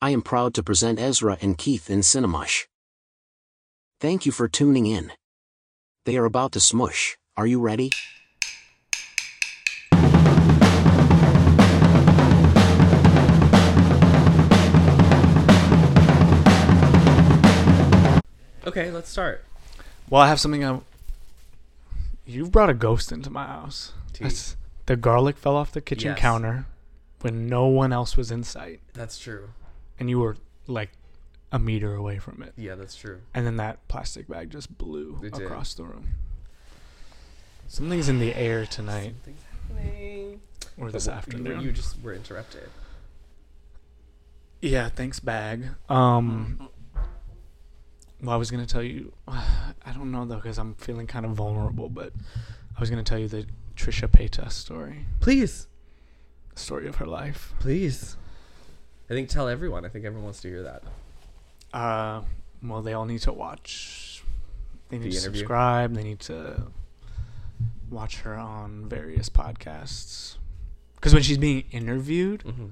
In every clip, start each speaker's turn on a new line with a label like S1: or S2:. S1: I am proud to present Ezra and Keith in Cinemush. Thank you for tuning in. They are about to smush. Are you ready?
S2: Okay, let's start.
S3: Well, I have something. I you brought a ghost into my house.
S2: Dude.
S3: That's, the garlic fell off the kitchen
S2: Yes.
S3: counter when no one else was in sight,
S2: That's true.
S3: and you were like a meter away from it.
S2: Yeah, that's true.
S3: And then that plastic bag just blew
S2: It did.
S3: across the room. Something's in the air tonight
S2: Something's happening.
S3: or this
S2: But w- you-
S3: afternoon.
S2: You just were interrupted.
S3: yeah, thanks, bag. Um, well, I was gonna tell you. I don't know though, because I'm feeling kind of vulnerable. But I was gonna tell you the Trisha Paytas story,
S2: Please,
S3: the story of her life.
S2: please. I think tell everyone. I think everyone wants to hear that.
S3: Uh, well, they all need to watch. They need
S2: The
S3: to
S2: interview?
S3: subscribe. They need to watch her on various podcasts. Because when she's being interviewed,
S2: Mm-hmm.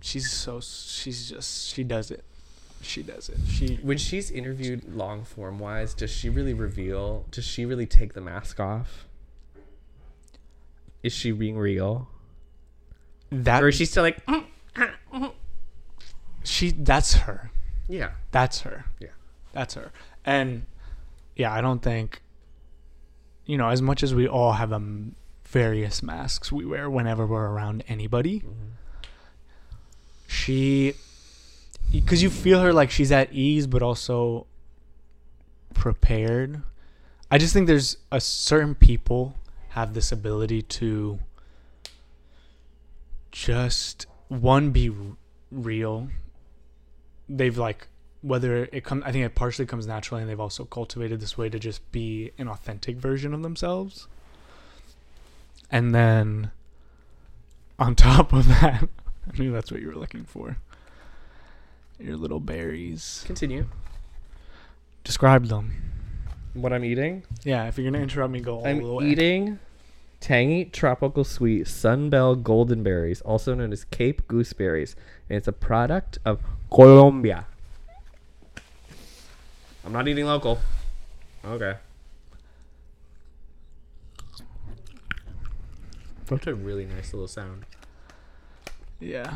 S3: she's so she's just she does it. She does it. She
S2: When she's interviewed long form wise, does she really reveal? Does she really take the mask off? Is she being real,
S3: that
S2: or is she still like? "Mm,
S3: she that's her.
S2: Yeah,
S3: That's her.
S2: Yeah.
S3: That's her. And yeah, I don't think you know, as much as we all have um various masks we wear whenever we're around anybody, she because you feel her like she's at ease but also prepared. I just think there's a certain people have this ability to just one be r- real. They've like whether it comes I think it partially comes naturally and they've also cultivated this way to just be an authentic version of themselves. And then on top of that, I knew that's what you were looking for. Your little berries.
S2: continue.
S3: Describe them.
S2: What I'm eating?
S3: Yeah, if you're gonna interrupt me, go all the
S2: I'm
S3: way.
S2: eating tangy tropical sweet Sunbell golden berries, also known as Cape gooseberries, and it's a product of Colombia. I'm not eating local. Okay. That's a really nice little sound.
S3: Yeah.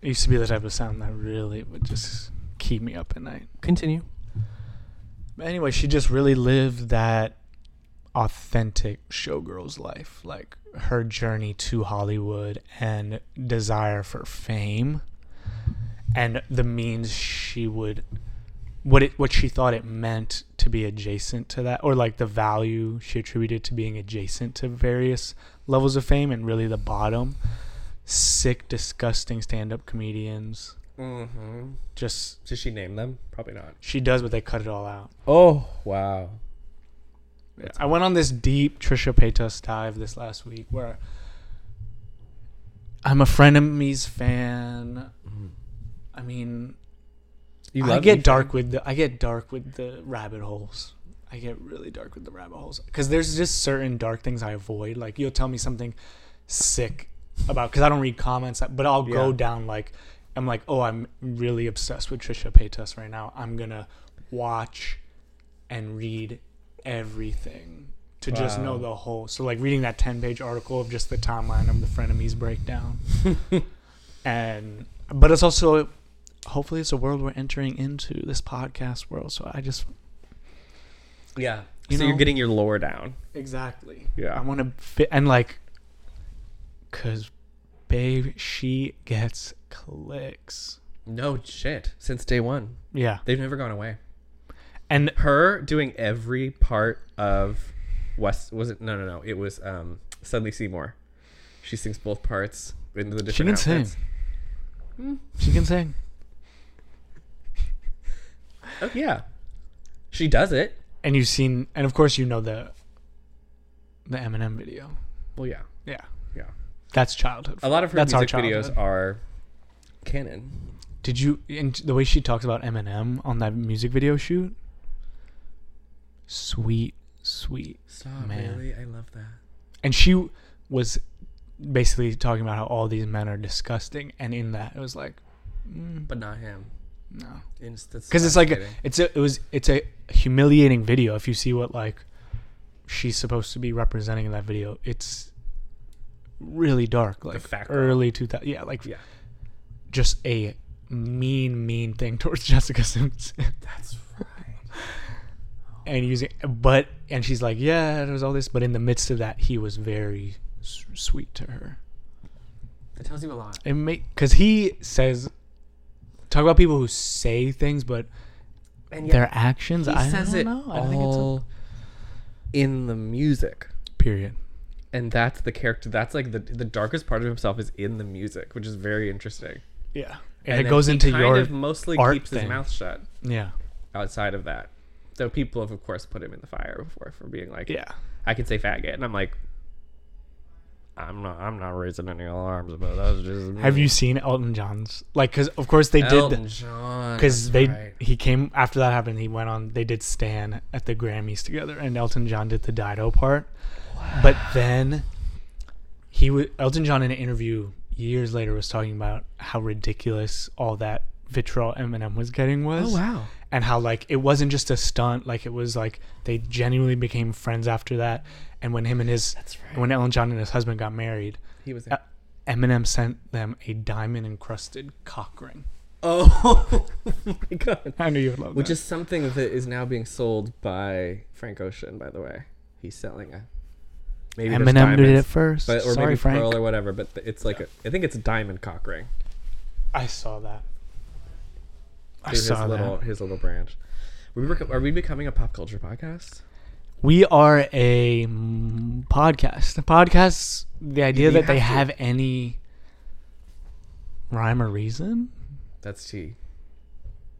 S3: It used to be the type of sound that really would just keep me up at night.
S2: Continue.
S3: But anyway, she just really lived that authentic showgirl's life, like her journey to Hollywood and desire for fame and the means she would what it what she thought it meant to be adjacent to that or like the value she attributed to being adjacent to various levels of fame and really the bottom sick disgusting stand-up comedians
S2: Mm-hmm.
S3: just
S2: Did she name them? Probably not.
S3: she does but they cut it all out
S2: Oh wow.
S3: I went on this deep Trisha Paytas dive this last week where I'm a frenemies fan. I
S2: Mm-hmm.
S3: mean,
S2: You
S3: I
S2: love
S3: get
S2: me,
S3: dark with the I get dark with the rabbit holes. I get really dark with the rabbit holes because there's just certain dark things I avoid. Like you'll tell me something sick about because I don't read comments, but I'll go
S2: Yeah.
S3: down like I'm like, oh, I'm really obsessed with Trisha Paytas right now. I'm gonna watch and read everything to just
S2: Wow.
S3: know the whole. So like reading that ten page article of just the timeline of the frenemies breakdown, and but it's also hopefully it's a world we're entering into this podcast world. So I just
S2: Yeah.
S3: You
S2: so you're
S3: know-
S2: getting your lore down.
S3: exactly
S2: Yeah.
S3: I want to fit and like because babe she gets clicks
S2: No shit. Since day one.
S3: yeah
S2: They've never gone away.
S3: and
S2: Her doing every part of West was it no no no. It was um Suddenly Seymour. She sings both parts in the different
S3: she can sing
S2: outfits.
S3: she can sing
S2: Oh, yeah. She does it.
S3: and you've seen and of course you know the the Eminem video
S2: Well yeah.
S3: yeah
S2: Yeah.
S3: that's childhood
S2: A lot of her
S3: That's our
S2: music videos
S3: childhood.
S2: are canon.
S3: Did you and the way she talks about Eminem on that music video shoot? Sweet, sweet,
S2: Stop,
S3: Man.
S2: really? I love that.
S3: and she was basically talking about how all these men are disgusting, and in that it was like, mm,
S2: but not him.
S3: no, because
S2: Because
S3: it's like a, it's a it was it's a humiliating video. If you see what like she's supposed to be representing in that video, it's really dark, like
S2: fat girl.
S3: early two thousand. Yeah, like
S2: Yeah.
S3: just a mean, mean thing towards Jessica Simpson.
S2: that's right.
S3: and using but and she's like yeah there was all this but in the midst of that he was very s- sweet to her
S2: That tells you a lot.
S3: it make because he says talk about people who say things but
S2: And
S3: their
S2: yet,
S3: actions
S2: he
S3: i
S2: says
S3: don't
S2: it
S3: know i
S2: all
S3: think it's
S2: in the music.
S3: a period
S2: and that's the character that's like the the darkest part of himself is in the music which is very interesting
S3: yeah and, it
S2: then
S3: goes
S2: he
S3: into
S2: kind
S3: your
S2: of mostly
S3: art
S2: keeps
S3: thing.
S2: his mouth shut
S3: yeah
S2: outside of that so people have of course put him in the fire before for being like
S3: yeah
S2: i can say faggot and i'm like i'm not i'm not raising any alarms about that was just me.
S3: have you seen elton john's like because of course they
S2: Elton
S3: did
S2: John,
S3: because
S2: that's
S3: they
S2: right.
S3: he came after that happened he went on they did stan at the grammys together and elton john did the dido part but then he was elton john in an interview years later was talking about how ridiculous all that vitriol eminem was getting was
S2: oh wow
S3: and how like it wasn't just a stunt like it was like they genuinely became friends after that and when him and his
S2: That's right.
S3: when elton john and his husband got married
S2: he was
S3: uh, eminem sent them a diamond encrusted cock ring
S2: oh my god
S3: i knew you would love
S2: Which
S3: that.
S2: is something that is now being sold by Frank Ocean, by the way. He's selling a maybe there's
S3: Eminem did it
S2: diamonds,
S3: first.
S2: but, or
S3: Sorry,
S2: maybe
S3: Frank.
S2: pearl or whatever. But th- it's like a, I think it's a diamond cock ring.
S3: I saw that. I
S2: through his
S3: saw
S2: little
S3: that.
S2: his little branch. We were, are we becoming a pop culture podcast?
S3: We are a mm, podcast. Podcasts, the idea
S2: You
S3: that they
S2: have
S3: have any rhyme or reason,
S2: That's T.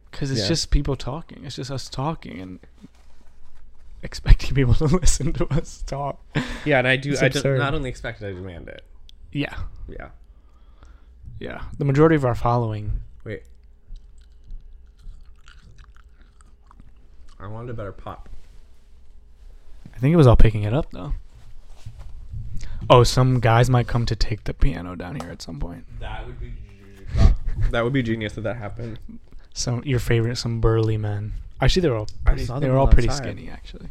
S3: because it's
S2: Yeah.
S3: just people talking. It's just us talking and expecting people to listen to us talk.
S2: Yeah, and I do.
S3: It's
S2: I just
S3: absurd.
S2: not only expect it, I demand it.
S3: Yeah,
S2: Yeah.
S3: yeah. The majority of our following.
S2: Wait. I wanted a better pop.
S3: I think it was all picking it up though. Oh, some guys might come to take the piano down here at some point.
S2: That would be. that would be genius if that happened.
S3: some your favorite some burly men actually they were all
S2: I
S3: pretty,
S2: saw
S3: they
S2: them
S3: were all
S2: all
S3: pretty
S2: outside.
S3: skinny actually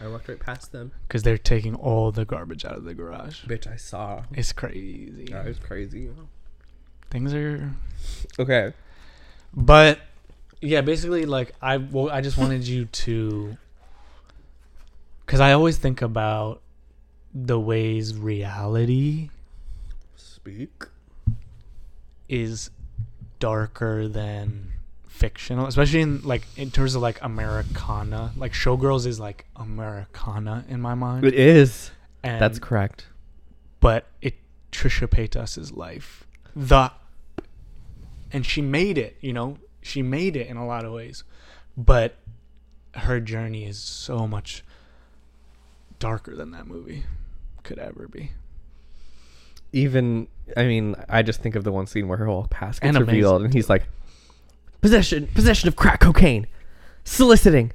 S2: I walked right past them.
S3: because they're taking all the garbage out of the garage
S2: Bitch, I saw.
S3: it's crazy
S2: That was crazy.
S3: things are
S2: Okay.
S3: but yeah basically like i well i just wanted you to because i always think about the ways reality
S2: Speak.
S3: is darker than fictional, especially in like in terms of like Americana. Like Showgirls is like Americana in my mind.
S2: is.
S3: And,
S2: correct.
S3: but it Trisha Paytas's life. The and she made it, you know, she made it in a lot of ways, but her journey is so much darker than that movie could ever be.
S2: Even I mean, I just think of the one scene where her whole past gets
S3: And amazing.
S2: revealed, and he's like, "Possession, possession of crack cocaine, soliciting.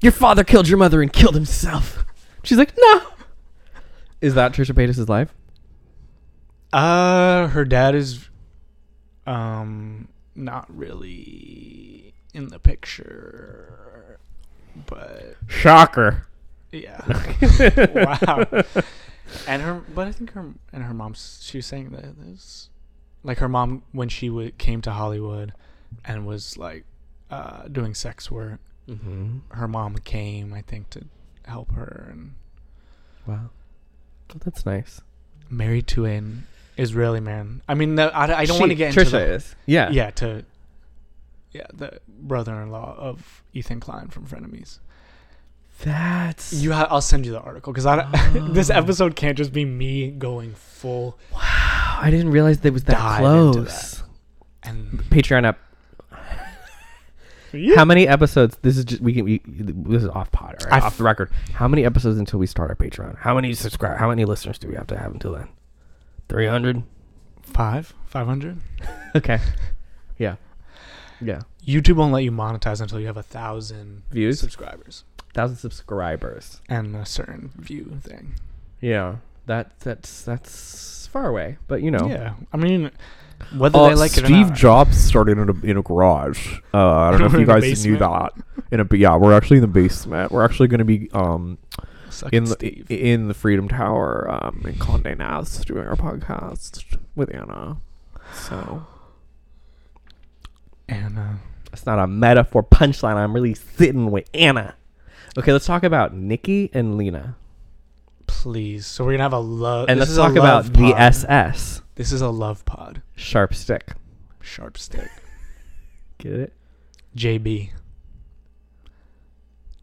S2: Your father killed your mother and killed himself." She's like, "No." Is that Trisha Paytas' life?
S3: Uh, her dad is, um, not really in the picture, but
S2: Shocker.
S3: yeah. wow. And her, but I think her and her mom's. She was saying that this, like her mom when she w- came to Hollywood, and was like, uh, doing sex work.
S2: Mm-hmm.
S3: Her mom came, I think, to help her, and
S2: Wow. that's nice.
S3: married to an Israeli man. I mean, the, I, I don't want to
S2: She-
S3: get
S2: Trisha
S3: into the,
S2: is. Yeah.
S3: yeah to yeah the brother-in-law of ethan klein from frenemies
S2: That's
S3: you ha- i'll send you the article because i this episode can't just be me going full
S2: I didn't realize that was that
S3: Dive into
S2: close.
S3: and
S2: Patreon up. How many episodes? This is just we can. We, this is off pod, all right?
S3: I-
S2: off the record. How many episodes until we start our Patreon? How many subscribe? How many listeners do we have to have until then? Three hundred.
S3: five 500
S2: Okay. Yeah. Yeah.
S3: youtube won't let you monetize until you have a thousand
S2: Views.
S3: subscribers
S2: Thousand subscribers.
S3: and a certain view thing
S2: Yeah. that that's that's far away, but you know. Oh,
S3: Yeah, I mean, whether
S4: Uh,
S3: they like it or
S4: Steve
S3: not.
S4: Jobs started in a, in a garage. Uh, I don't know if
S3: We're
S4: you
S3: in the
S4: guys knew that.
S3: basement.
S4: In a yeah, we're actually in the basement. We're actually going to be um
S3: Suck
S4: in
S3: it,
S4: the
S3: Steve.
S4: in the Freedom Tower um in Condé Nast doing our podcast with Anna. So
S3: and uh,
S2: It's not a metaphor punchline. I'm really sitting with Anna. Okay, let's talk about Nikki and Lena.
S3: please, so we're gonna have a love.
S2: And
S3: this
S2: let's
S3: is a
S2: talk about
S3: love
S2: the
S3: pod.
S2: SS
S3: This is a love pod.
S2: Sharp Stick.
S3: Sharp stick.
S2: Get it?
S3: JB.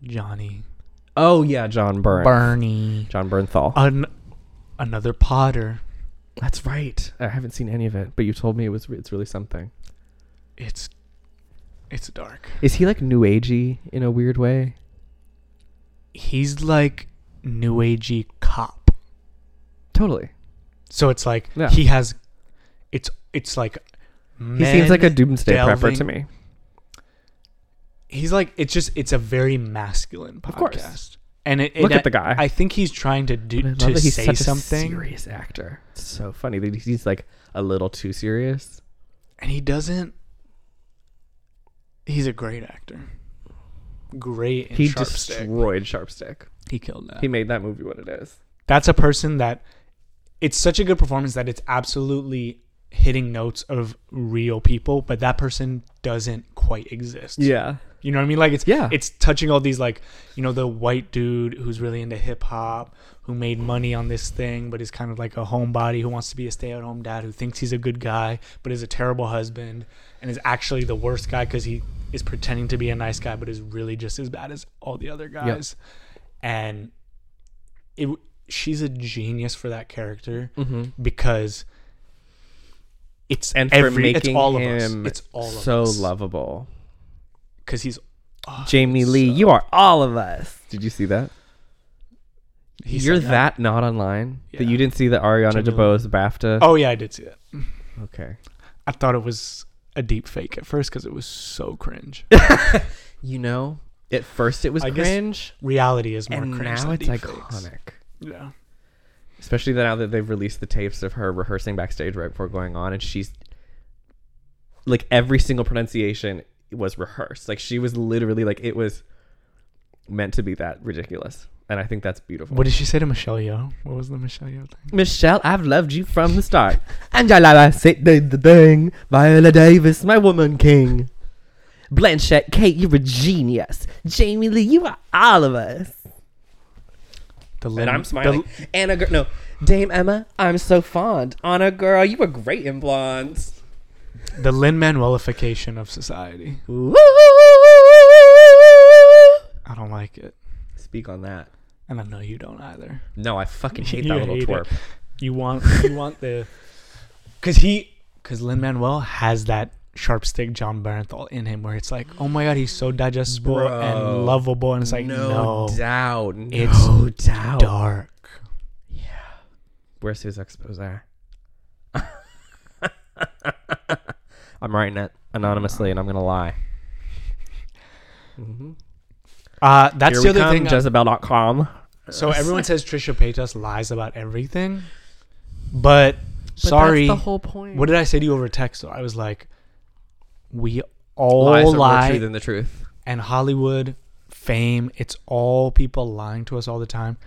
S3: Johnny.
S2: Oh yeah, John Byrne.
S3: Barney.
S2: John Bernthal.
S3: An- another Potter.
S2: That's right. I haven't seen any of it, but you told me it was it's really something.
S3: It's it's dark.
S2: Is he like new agey in a weird way?
S3: He's like new agey cop.
S2: Totally.
S3: So it's like
S2: Yeah.
S3: he has it's it's like
S2: He seems like a doomsday prepper to
S3: delving-
S2: me.
S3: He's like it's just it's a very masculine podcast.
S2: Of course.
S3: And it, it-
S2: Look at the guy.
S3: I think he's trying to do
S2: But I love
S3: to
S2: that he's
S3: say
S2: such
S3: something
S2: a serious actor. It's so funny that he's like a little too serious.
S3: and he doesn't he's a great actor. Great and
S2: He
S3: sharp stick.
S2: destroyed Sharp Stick.
S3: He killed that.
S2: He made that movie what it is.
S3: that's a person that it's such a good performance that it's absolutely hitting notes of real people, but that person doesn't quite exist.
S2: Yeah.
S3: You know what I mean? Like it's
S2: Yeah.
S3: it's touching all these like, you know, the white dude who's really into hip hop, who made money on this thing, but is kind of like a homebody who wants to be a stay at home dad, who thinks he's a good guy, but is a terrible husband and is actually the worst guy because he is pretending to be a nice guy, but is really just as bad as all the other guys. And it she's a genius for that character
S2: Mm-hmm.
S3: because it's
S2: And
S3: every,
S2: for making
S3: it's all of us.
S2: him
S3: It's all of
S2: so
S3: us.
S2: lovable.
S3: because he's oh,
S2: Jamie
S3: it's
S2: Lee,
S3: so-
S2: you are all of us. Did you see that?
S3: He
S2: You're
S3: said that.
S2: that not online that
S3: Yeah.
S2: you didn't see the Ariana
S3: Jamie Lee.
S2: DeBose BAFTA.
S3: Oh yeah, I did see that.
S2: Okay.
S3: I thought it was a deep fake at first because it was so cringe.
S2: You know, at first it was
S3: I guess
S2: cringe,
S3: Reality is more
S2: and
S3: cringe.
S2: now it's
S3: than deepfakes.
S2: iconic.
S3: Yeah,
S2: Especially now that they've released the tapes of her rehearsing backstage right before going on, and she's like every single pronunciation was rehearsed. Like she was literally like it was meant to be that ridiculous, and I think that's beautiful.
S3: what did she say to Michelle Yeoh? What was the Michelle Yeoh thing?
S2: Michelle, I've loved you from the start. Angela Bassett did the thing. Viola Davis, my woman king. Blanchett, Kate, you're a genius. Jamie Lee, you are all of us.
S3: The
S2: And
S3: Lin-
S2: I'm smiling.
S3: the-
S2: Anna, girl, no, Dame Emma, I'm so fond. Anna, girl, you were great in blondes.
S3: The, Lin Manuelification of society.
S2: Woo!
S3: I don't like it,
S2: Speak on that.
S3: and I know you don't either.
S2: No, I fucking hate
S3: You
S2: that little
S3: hate it.
S2: twerp.
S3: You want you want the because he because Lin Manuel has that sharp stick John Bernthal in him where it's like oh my god he's so digestible
S2: Bro.
S3: and lovable and it's like no,
S2: doubt. No
S3: It's
S2: doubt.
S3: dark.
S2: Where's his expose? I'm writing it anonymously, and I'm gonna lie.
S3: Uh, that's
S2: Here
S3: the
S2: we
S3: other
S2: come,
S3: thing. I-
S2: Jezebel.com.
S3: So everyone says Trisha Paytas lies about everything, but, sorry.
S2: point.
S3: what did I say to you over text? Though I was like, we all
S2: lies are more
S3: lie,
S2: true than the truth?
S3: and Hollywood fame. It's all people lying to us all the time.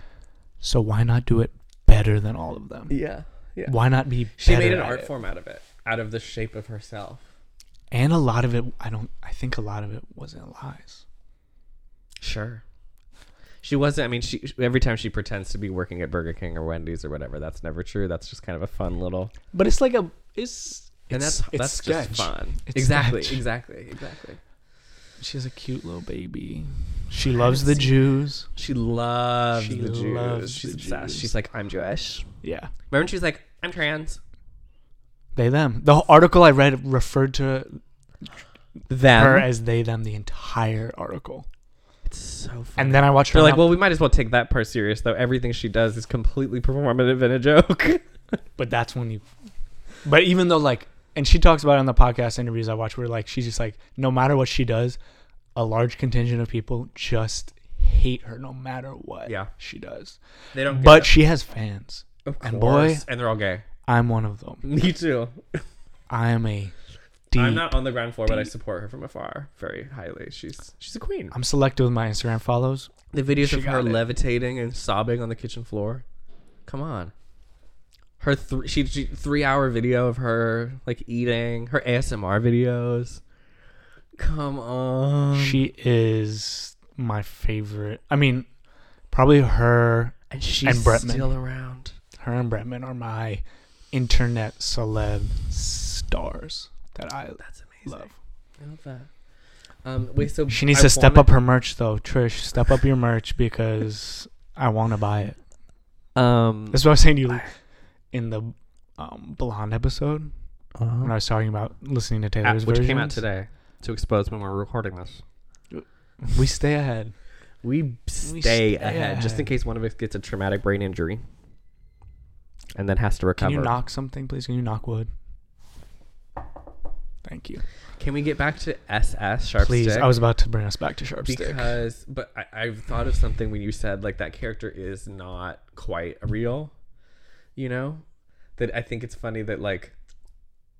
S3: So why not do it better than all of them?
S2: Yeah, yeah.
S3: Why not be?
S2: She
S3: better
S2: made an
S3: at
S2: art
S3: it?
S2: form out of it, out of the shape of herself.
S3: and a lot of it. I don't. I think a lot of it wasn't lies.
S2: Sure. She wasn't. I mean, she every time she pretends to be working at Burger King or Wendy's or whatever, that's never true. That's just kind of a fun little.
S3: But it's like a. It's.
S2: And
S3: it's-
S2: that's
S3: it's
S2: that's
S3: sketch.
S2: just fun.
S3: It's
S2: exactly,
S3: sketch.
S2: exactly, exactly.
S3: She has a cute little baby. She loves the Jews.
S2: She loves
S3: She
S2: the Jews.
S3: loves
S2: She's
S3: the
S2: obsessed.
S3: Jews.
S2: She's like, I'm Jewish.
S3: Yeah.
S2: Remember when she was like, I'm trans?
S3: They them. The whole article I read referred to
S2: Them.
S3: her as they them the entire article.
S2: it's so funny.
S3: And then I watched her.
S2: They're like,
S3: on-
S2: well, we might as well take that part serious, though. Everything she does is completely performative and a joke.
S3: but that's when you. But even though like, and she talks about it on the podcast interviews I watch, where like she's just like, no matter what she does, a large contingent of people just hate her no matter what
S2: Yeah.
S3: she does.
S2: they don't.
S3: But she has fans,
S2: Of course.
S3: And boy-
S2: and they're all gay.
S3: I'm one of them.
S2: Me too.
S3: I am a deep.
S2: I'm
S3: I'm,
S2: not on the ground floor, but I support her from afar very highly. She's she's a queen.
S3: selective with my Instagram follows.
S2: The videos
S3: She
S2: of
S3: got
S2: her
S3: it.
S2: levitating and sobbing on the kitchen floor. Come on. Her th- she, she three hour video of her like eating her ASMR videos. Come on.
S3: she is my favorite. I mean, probably her,
S2: and she's
S3: and Bretman.
S2: still around.
S3: her and Bretman are my internet celeb stars that I
S2: That's amazing.
S3: love.
S2: I love that. Um, wait, so
S3: She needs
S2: I
S3: to step
S2: wanna-
S3: up her merch though, Trish. Step up your merch because I want to buy it.
S2: Um,
S3: That's what I was saying to you in the um, blonde episode when I was talking about listening to
S2: Uh-huh. app,
S3: Taylor's
S2: which came out
S3: versions.
S2: today to expose when we're recording this.
S3: We stay ahead.
S2: We stay,
S3: stay
S2: ahead, just in
S3: ahead.
S2: case one of us gets a traumatic brain injury and then has to
S3: Can
S2: recover.
S3: you knock something, please? Can you knock wood? Thank you.
S2: Can we get back to SS Sharp
S3: please, Oh,
S2: Stick?
S3: I was about to bring us back to Sharp Stick.
S2: because, but I, I've thought of something when you said like that character is not quite real. You know, that I think it's funny that like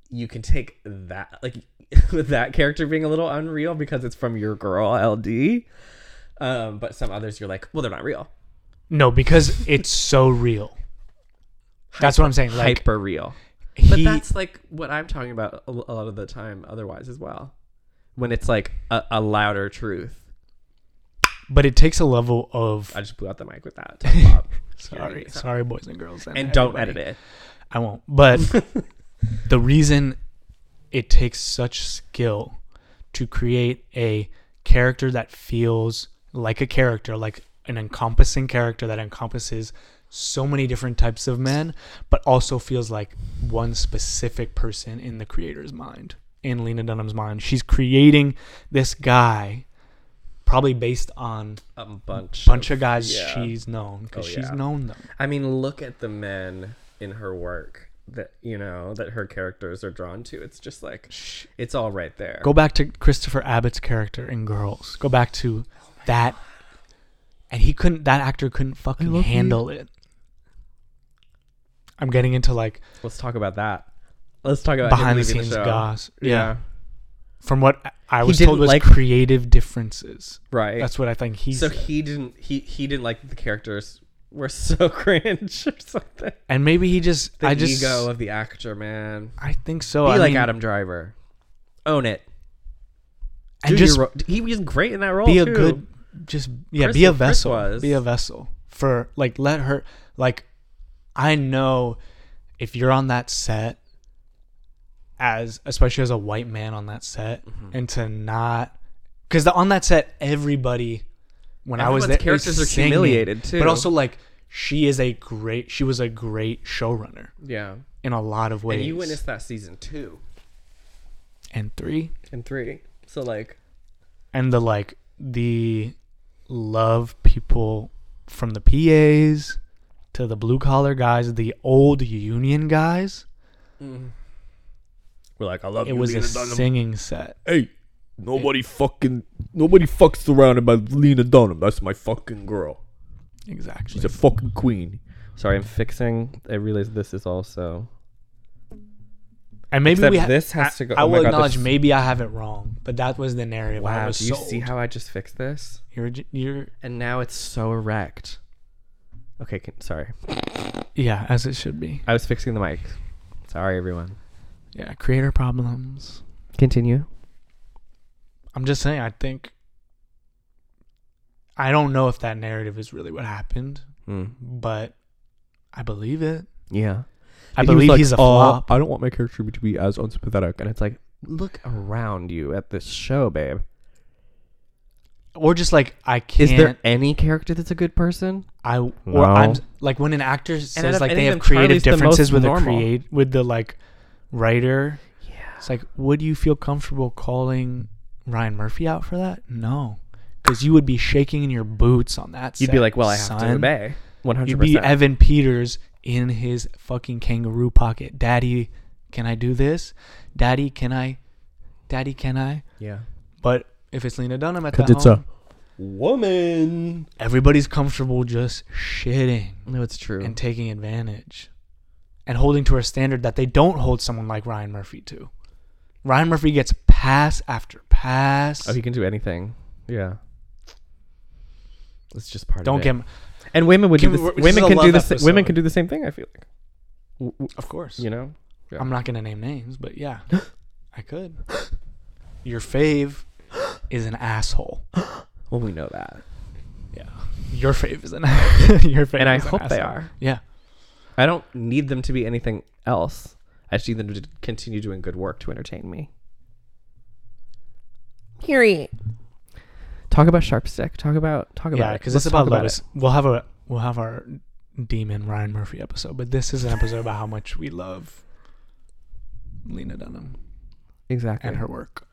S2: you can take that like with that character being a little unreal because it's from your girl LD. Um, but some others you're like, well, they're not real.
S3: No, because it's so real. That's what I'm saying. Like
S2: Hyper real. But
S3: he,
S2: that's like what I'm talking about a a lot of the time, otherwise, as well. When it's like a, a louder truth.
S3: but it takes a level of
S2: I just blew out the mic with that. Tom Bob.
S3: sorry,
S2: Sorry.
S3: sorry, boys and girls,
S2: And don't
S3: everybody.
S2: edit it.
S3: I won't. But the reason it takes such skill to create a character that feels like a character, like an encompassing character that encompasses so many different types of men, but also feels like one specific person in the creator's mind, in Lena Dunham's mind. She's creating this guy, probably based on
S2: A bunch.
S3: bunch of guys
S2: yeah.
S3: she's known because
S2: Oh,
S3: she's
S2: yeah.
S3: known them.
S2: I mean, look at the men in her work that, you know, that her characters are drawn to. It's just like, it's all right there.
S3: Go back to Christopher Abbott's character in Girls. Go back to that. And he couldn't. That actor couldn't fucking
S4: love
S3: handle it. I'm getting into like
S2: Let's talk about that. Let's talk about him
S3: behind the
S2: leaving
S3: scenes
S2: show.
S3: goss.
S2: Yeah.
S3: From what I- I
S2: He
S3: was told
S2: didn't
S3: was
S2: like-
S3: creative differences.
S2: Right.
S3: That's what I think he
S2: so
S3: said.
S2: he didn't, he, he didn't like that the characters were so cringe or something.
S3: and maybe he just.
S2: The
S3: I just.
S2: ego of the actor, man.
S3: I think so.
S2: Be
S3: I
S2: like
S3: mean,
S2: Adam Driver. Own it. Do
S3: and just
S2: your ro- he was great in that role.
S3: be a
S2: too.
S3: good. Just yeah.
S2: Chris-
S3: be a
S2: Oh, Chris
S3: vessel.
S2: was.
S3: Be a vessel for like let her like. I know if you're on that set as especially as a white man on that set
S2: Mm-hmm.
S3: and to not because on that set everybody when I was
S2: Everyone's
S3: there was
S2: characters are
S3: singing,
S2: humiliated, too.
S3: but also like she is a great she was a great showrunner
S2: Yeah.
S3: in a lot of ways
S2: And you witnessed that season two
S3: and three
S2: and three. So like
S3: and the like the love people from the PAs to the blue collar guys the old union guys
S2: we're like, I love
S3: it was a singing set
S5: hey, nobody fucking, nobody fucks around by Lena Dunham. That's my fucking girl.
S3: exactly
S5: She's a fucking queen.
S2: Sorry, I'm fixing I realize this is also
S3: And maybe
S2: Except
S3: we ha-
S2: this has to go-
S3: I, I
S2: oh my
S3: will
S2: God,
S3: acknowledge
S2: this-
S3: maybe I have it wrong, but that was the narrative. I
S2: Wow,
S3: was
S2: do you
S3: sold.
S2: see how I just fixed this?
S3: you're, j- you're
S2: And now it's so erect. Okay, can, sorry.
S3: yeah, as it should be.
S2: I was fixing the mic. Sorry everyone.
S3: Yeah, creator problems.
S2: Continue.
S3: I'm just saying. I think I don't know if that narrative is really what happened, but I believe it.
S2: Yeah.
S3: I
S5: He was
S3: believe
S5: like,
S3: he's a
S5: "Uh,
S3: flop.
S5: I don't want my character to be as unsympathetic.
S2: And it's like, look around you at this show, babe.
S3: or just like I can't.
S2: Is there any character that's a good person?
S3: I or
S2: No.
S3: I'm like when an actor says
S2: if
S3: like they
S2: anything,
S3: have
S2: Charlie's
S3: creative
S2: the most
S3: differences with the
S2: normal.
S3: create with the like writer.
S2: Yeah.
S3: It's like, would you feel comfortable calling Ryan Murphy out for that? No, because you would be shaking in your boots on that.
S2: You'd
S3: set,
S2: be like, well, I have
S3: son.
S2: to obey. 100%.
S3: You'd be Evan Peters in his fucking kangaroo pocket. Daddy, can I do this? Daddy, can I? Daddy, can I?
S2: yeah.
S3: But if it's Lena Dunham at that
S5: Because it's a
S3: home,
S5: Woman.
S3: Everybody's comfortable just shitting
S2: No, it's true.
S3: and taking advantage and holding to a standard that they don't hold someone like Ryan Murphy to. Ryan Murphy gets pass after pass.
S2: oh, he can do anything. Yeah. It's just part
S3: don't
S2: of it.
S3: get him.
S2: And women would
S3: Can
S2: do
S3: we-
S2: this,
S3: this is
S2: women
S3: a
S2: can do
S3: love
S2: this. Women
S3: episode.
S2: can do the same thing. I feel like, W- w-
S3: Of course.
S2: you know,
S3: I'm not going to name names, but yeah, I could. Your fave is an asshole.
S2: well, we know that,
S3: Yeah. Your fave is an asshole. Your fave
S2: and I
S3: is an
S2: hope they
S3: asshole.
S2: are.
S3: Yeah.
S2: I don't need them to be anything else. I just need them to continue doing good work to entertain me.
S4: Period.
S2: Talk about sharp stick. Talk about talk about.
S3: Yeah,
S2: it.
S3: because
S2: Let's
S3: it's about
S2: talk
S3: Lois. We'll have a we'll have our demon Ryan Murphy episode, but this is an episode about how much we love Lena Dunham
S2: it. Exactly.
S3: and her work.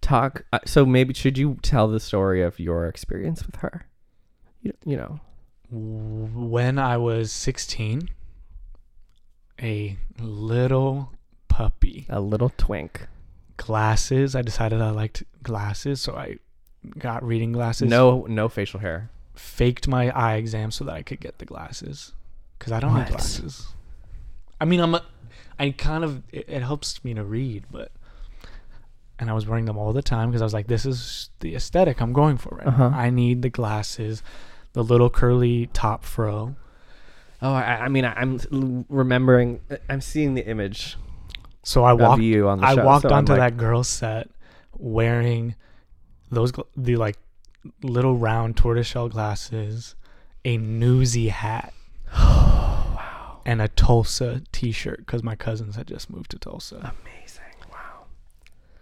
S2: talk. Uh, so maybe should you tell the story of your experience with her? You, you know.
S3: When I was 16, a little puppy,
S2: a little twink.
S3: glasses. I decided I liked glasses, so I got reading glasses.
S2: No, no facial hair.
S3: faked my eye exam so that I could get the glasses because I don't
S2: What?
S3: have glasses. I mean, I'm a, I kind of it, it helps me to read, but and I was wearing them all the time because I was like, this is the aesthetic I'm going for right
S2: Uh-huh.
S3: now. I need the glasses, the little curly top fro.
S2: Oh, I, I mean, I, I'm l- remembering. uh, I'm seeing the image
S3: So I
S2: of
S3: walked.
S2: you on the
S3: I
S2: show.
S3: walked
S2: so I'm
S3: onto
S2: like,
S3: that girl's set wearing those gl- the like little round tortoiseshell glasses, a newsy hat, and a Tulsa T-shirt because my cousins had just moved to
S2: Um,
S3: Tulsa,
S2: Amazing! Wow.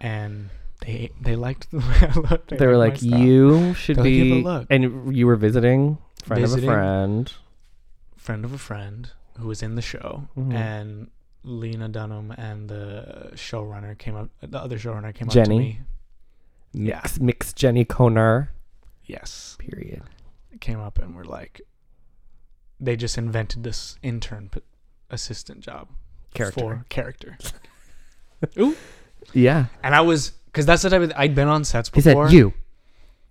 S3: and they they liked the way I looked.
S2: They were like,
S3: liked my style.
S2: you should
S3: They're like,
S2: be,
S3: "Give a look."
S2: and you were visiting friend
S3: Visiting.
S2: of a friend.
S3: friend of a friend who was in the show,
S2: Mhm.
S3: and Lena Dunham and the showrunner came up. The other showrunner came up to
S2: Jenny.
S3: me. Yeah.
S2: Mix, mix Jenny Conner.
S3: Yes,
S2: Period.
S3: came up and were like, they just invented this intern p- assistant job
S2: Character.
S3: for character.
S2: Yeah.
S3: And I was, because that's the type of I'd been on sets
S2: He
S3: before.
S2: said, "You,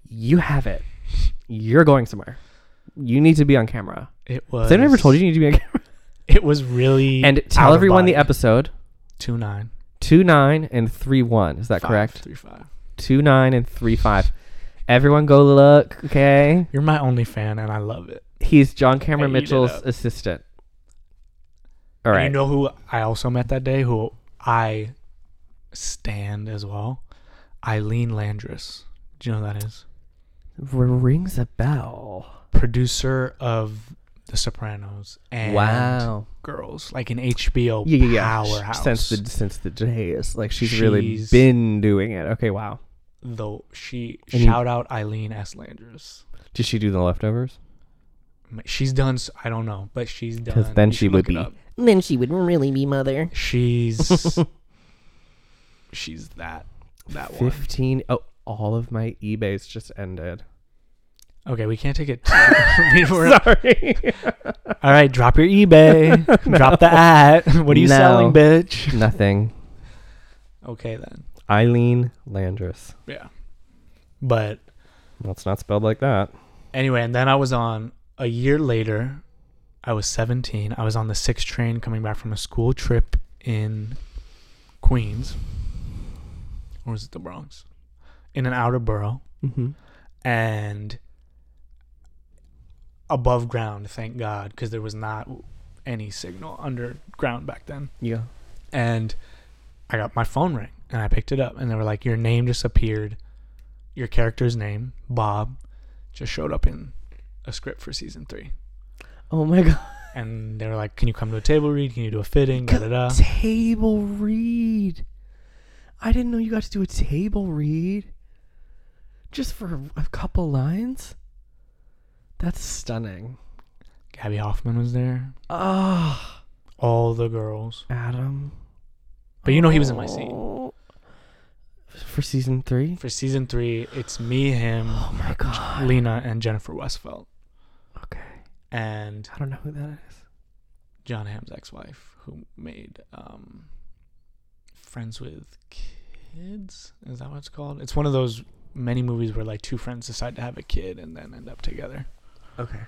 S2: you have it. You're going somewhere. You need to be on camera.
S3: It
S2: Has
S3: was.
S2: anyone ever told you you need to be on camera?
S3: It was really.
S2: And
S3: out
S2: tell
S3: of
S2: everyone the
S3: body.
S2: episode."
S3: two nine.
S2: Two nine and three one. Is that
S3: five,
S2: correct?
S3: Three five.
S2: two nine and three five. Everyone go look, okay?
S3: You're my only fan, and I love it.
S2: He's John Cameron
S3: I eat it
S2: Mitchell's
S3: up.
S2: assistant. All
S3: And
S2: right.
S3: You know who I also met that day, who I stand as well, Eileen Landris. Do you know who that is?
S2: R- rings a bell.
S3: Producer of The Sopranos and
S2: wow.
S3: Girls, like an HBO
S2: Yeah, yeah, yeah. Sh-
S3: powerhouse.
S2: Since the since the days, like she's, really
S3: She's-
S2: been doing it. Okay, wow.
S3: though she
S2: And you-
S3: shout out Eileen S. Landers.
S2: Did she do the leftovers?
S3: She's done. s- I don't know, but she's done.
S2: 'Cause then
S3: you
S2: she
S3: should
S2: would
S3: look
S2: be-
S3: it up.
S4: Then she would really be mother.
S3: She's. she's that. That one.
S2: Fifteen. Oh, all of my eBays just ended.
S3: Okay, we can't take it. too- we were-
S2: Sorry.
S3: all right, drop your eBay. Drop the ad. What are you
S2: No.
S3: selling, bitch?
S2: Nothing.
S3: Okay then.
S2: Eileen Landris.
S3: Yeah. But
S2: Well, it's not spelled like that.
S3: anyway, and then I was on a year later. I was 17. I was on the sixth train coming back from a school trip in Queens, or was it the Bronx? In an outer borough,
S2: Mm-hmm.
S3: and above ground. Thank God, because there was not any signal underground back then.
S2: Yeah.
S3: And I got my phone ring, and I picked it up, and they were like, "Your name just appeared. Your character's name, Bob, just showed up in a script for season three.
S2: Oh my god.
S3: and they were like, "Can you come to a table read? Can you do a fitting?" Da, da, da.
S2: Table read. I didn't know you got to do a table read. Just for a couple lines? That's stunning.
S3: Gabby Hoffman was there,
S2: Ah,
S3: all the girls,
S2: Adam.
S3: but you know he was in my scene
S2: Oh. For season three?
S3: for season three. It's me, him,
S2: Oh my god.
S3: Lena, and Jennifer Westfeld,
S2: Okay.
S3: and
S2: I don't know who that is.
S3: John Hamm's ex-wife, who made um, Friends with Kids. Is that what it's called? It's one of those many movies where like two friends decide to have a kid and then end up together.
S2: Okay.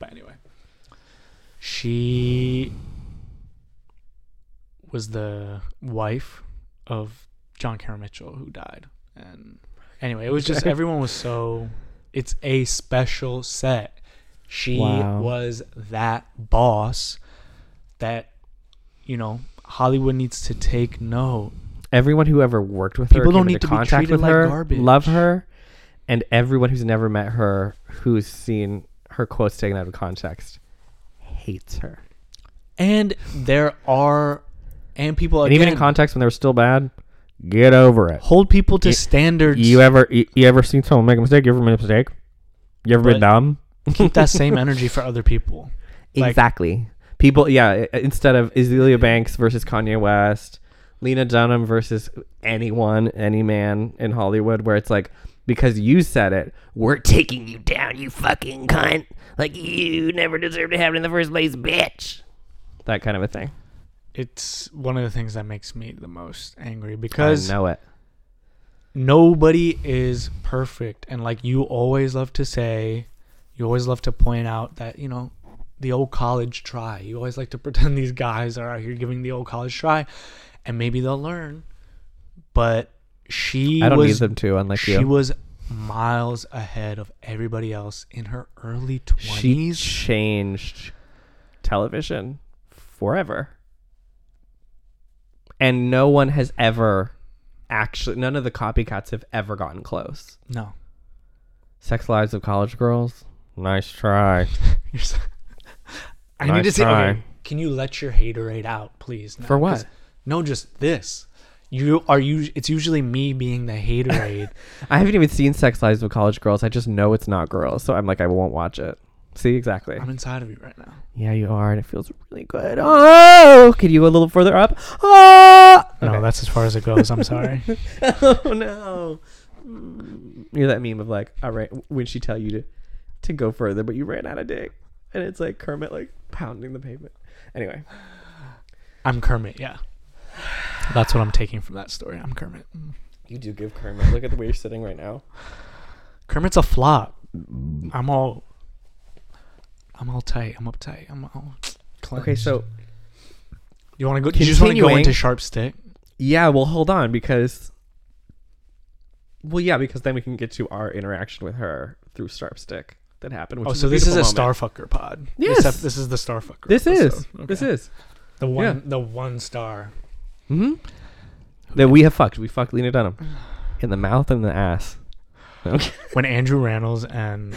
S3: But anyway, she was the wife of John Cameron Mitchell who died. And anyway, it was just everyone was so. It's a special set. She
S4: Wow.
S3: was that boss that, you know, Hollywood needs to take note.
S2: Everyone who ever worked with her,
S3: People
S2: came
S3: don't
S2: into
S3: need to be
S2: contact
S3: treated
S2: with
S3: like
S2: her,
S3: garbage.
S2: love her, and everyone who's never met her, who's seen her quotes taken out of context, hates her.
S3: And there are, and people
S2: and
S3: again,
S2: even in context when they were still bad, get over it.
S3: hold people to
S2: You-
S3: standards.
S2: You ever you, you ever seen someone make a mistake? You ever made a mistake? You ever been
S3: But-
S2: dumb?
S3: keep that same energy for other people. Like-
S2: exactly. People, yeah. i- Instead of Azealia Banks versus Kanye West, Lena Dunham versus anyone, any man in Hollywood, where it's like because you said it, we're taking you down, you fucking cunt. Like you never deserved to have it in the first place, bitch. That kind of a thing.
S3: It's one of the things that makes me the most angry
S2: I
S3: because
S2: know it.
S3: nobody is perfect. And like you always love to say, you always love to point out that, you know, the old college try. You always like to pretend these guys are out here giving the old college try and maybe they'll learn. But she
S2: I don't
S3: was
S2: need them to, unlike
S3: she
S2: you.
S3: was miles ahead of everybody else in her early 20s.
S2: she changed television forever. And no one has ever actually none of the copycats have ever gotten close.
S3: no.
S2: Sex Lives of College Girls. Nice try.
S3: You're so- I
S2: Nice
S3: need to say,
S2: try.
S3: okay, can you let your haterade out, please? now?
S2: For what?
S3: 'Cause- No, just this. You are you. It's usually me being the haterade.
S2: I haven't even seen Sex Lives of College Girls. I just know it's not girls, so I'm like I won't watch it. See exactly.
S3: I'm inside of you right now.
S2: Yeah, you are, and it feels really good. Oh, can you go a little further up? Oh,
S3: No, that's as far as it goes. I'm sorry.
S2: oh no. Mm. You know that meme of like, all right, when she tell you to, to go further, but you ran out of dick, and it's like Kermit like pounding the pavement. Anyway,
S3: I'm Kermit. Yeah, that's what I'm taking from that story. I'm Kermit.
S2: you do give Kermit. Look at the way you're sitting right now.
S3: Kermit's a flop. I'm all. I'm all tight. I'm uptight. I'm all.
S2: Okay, so
S3: you want to go? You just want to go
S2: Continuing.
S3: into sharp stick.
S2: yeah, well, hold on because. Well, yeah, because then we can get to our interaction with her through Starpstick that happened. Which
S3: Oh,
S2: is
S3: so this is a
S2: beautiful moment.
S3: starfucker pod.
S2: Yes.
S3: Except this is the starfucker.
S2: This is
S3: episode. Okay.
S2: this is
S3: The one,
S2: Yeah.
S3: the one star.
S2: hmm that we have fucked. We fucked Lena Dunham in the mouth and the ass. Okay.
S3: When Andrew Rannells and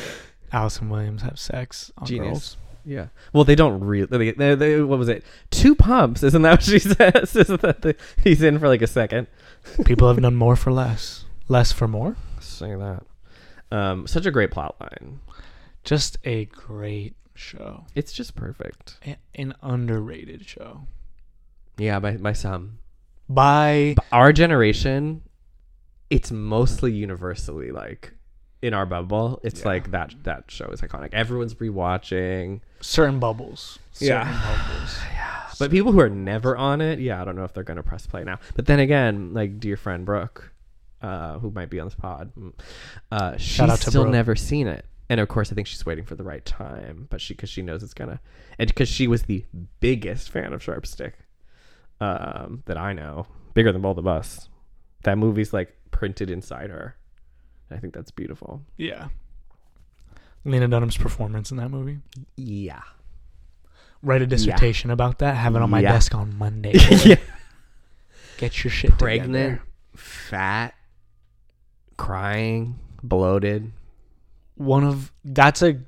S3: Allison Williams have sex on
S2: Genius.
S3: girls,
S2: Yeah. Well, they don't really. They, they, they, what was it? Two pumps. Isn't that what she says? Isn't that the, he's in for like a second?
S3: people have done more for less, less for more.
S2: Say that. Um, such a great plot line.
S3: Just a great show,
S2: It's just perfect.
S3: A- an underrated show
S2: Yeah, by by some.
S3: by
S2: But our generation, it's mostly universally like in our bubble. It's
S3: Yeah.
S2: like that that show is iconic. Everyone's rewatching.
S3: certain bubbles.
S2: Yeah.
S3: Certain bubbles.
S2: But people who are never on it, yeah, I don't know if they're gonna press play now. But then again, like dear friend Brooke, uh, who might be on this pod, mm, uh, she's
S3: out to
S2: still
S3: Brooke.
S2: never seen it, and of course, I think she's waiting for the right time. But she, because she knows it's gonna, and because she was the biggest fan of Sharp Stick, um, that I know, bigger than both of us. That movie's like printed inside her. And I think that's beautiful.
S3: Yeah. Lena Dunham's performance in that movie.
S2: Yeah.
S3: Write a dissertation about that. Have it on my
S2: Yeah.
S3: desk on Monday.
S2: yeah.
S3: Get your shit
S2: Pregnant,
S3: together.
S2: fat, crying, bloated.
S3: one of that's a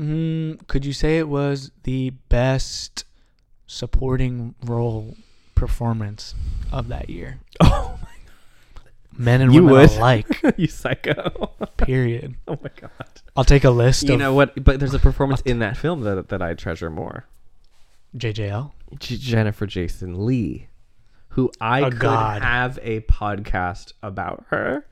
S3: mm, could you say it was the best supporting role performance of that year
S2: Oh
S3: men and
S2: You
S3: women
S2: would.
S3: alike
S2: you psycho.
S3: period
S2: oh my god.
S3: i'll take a list
S2: You
S3: of
S2: know what? But there's a performance in that film that that I treasure more.
S3: jjl
S2: J- Jennifer Jason Lee, who I
S3: A
S2: could
S3: Oh, god.
S2: have a podcast about her.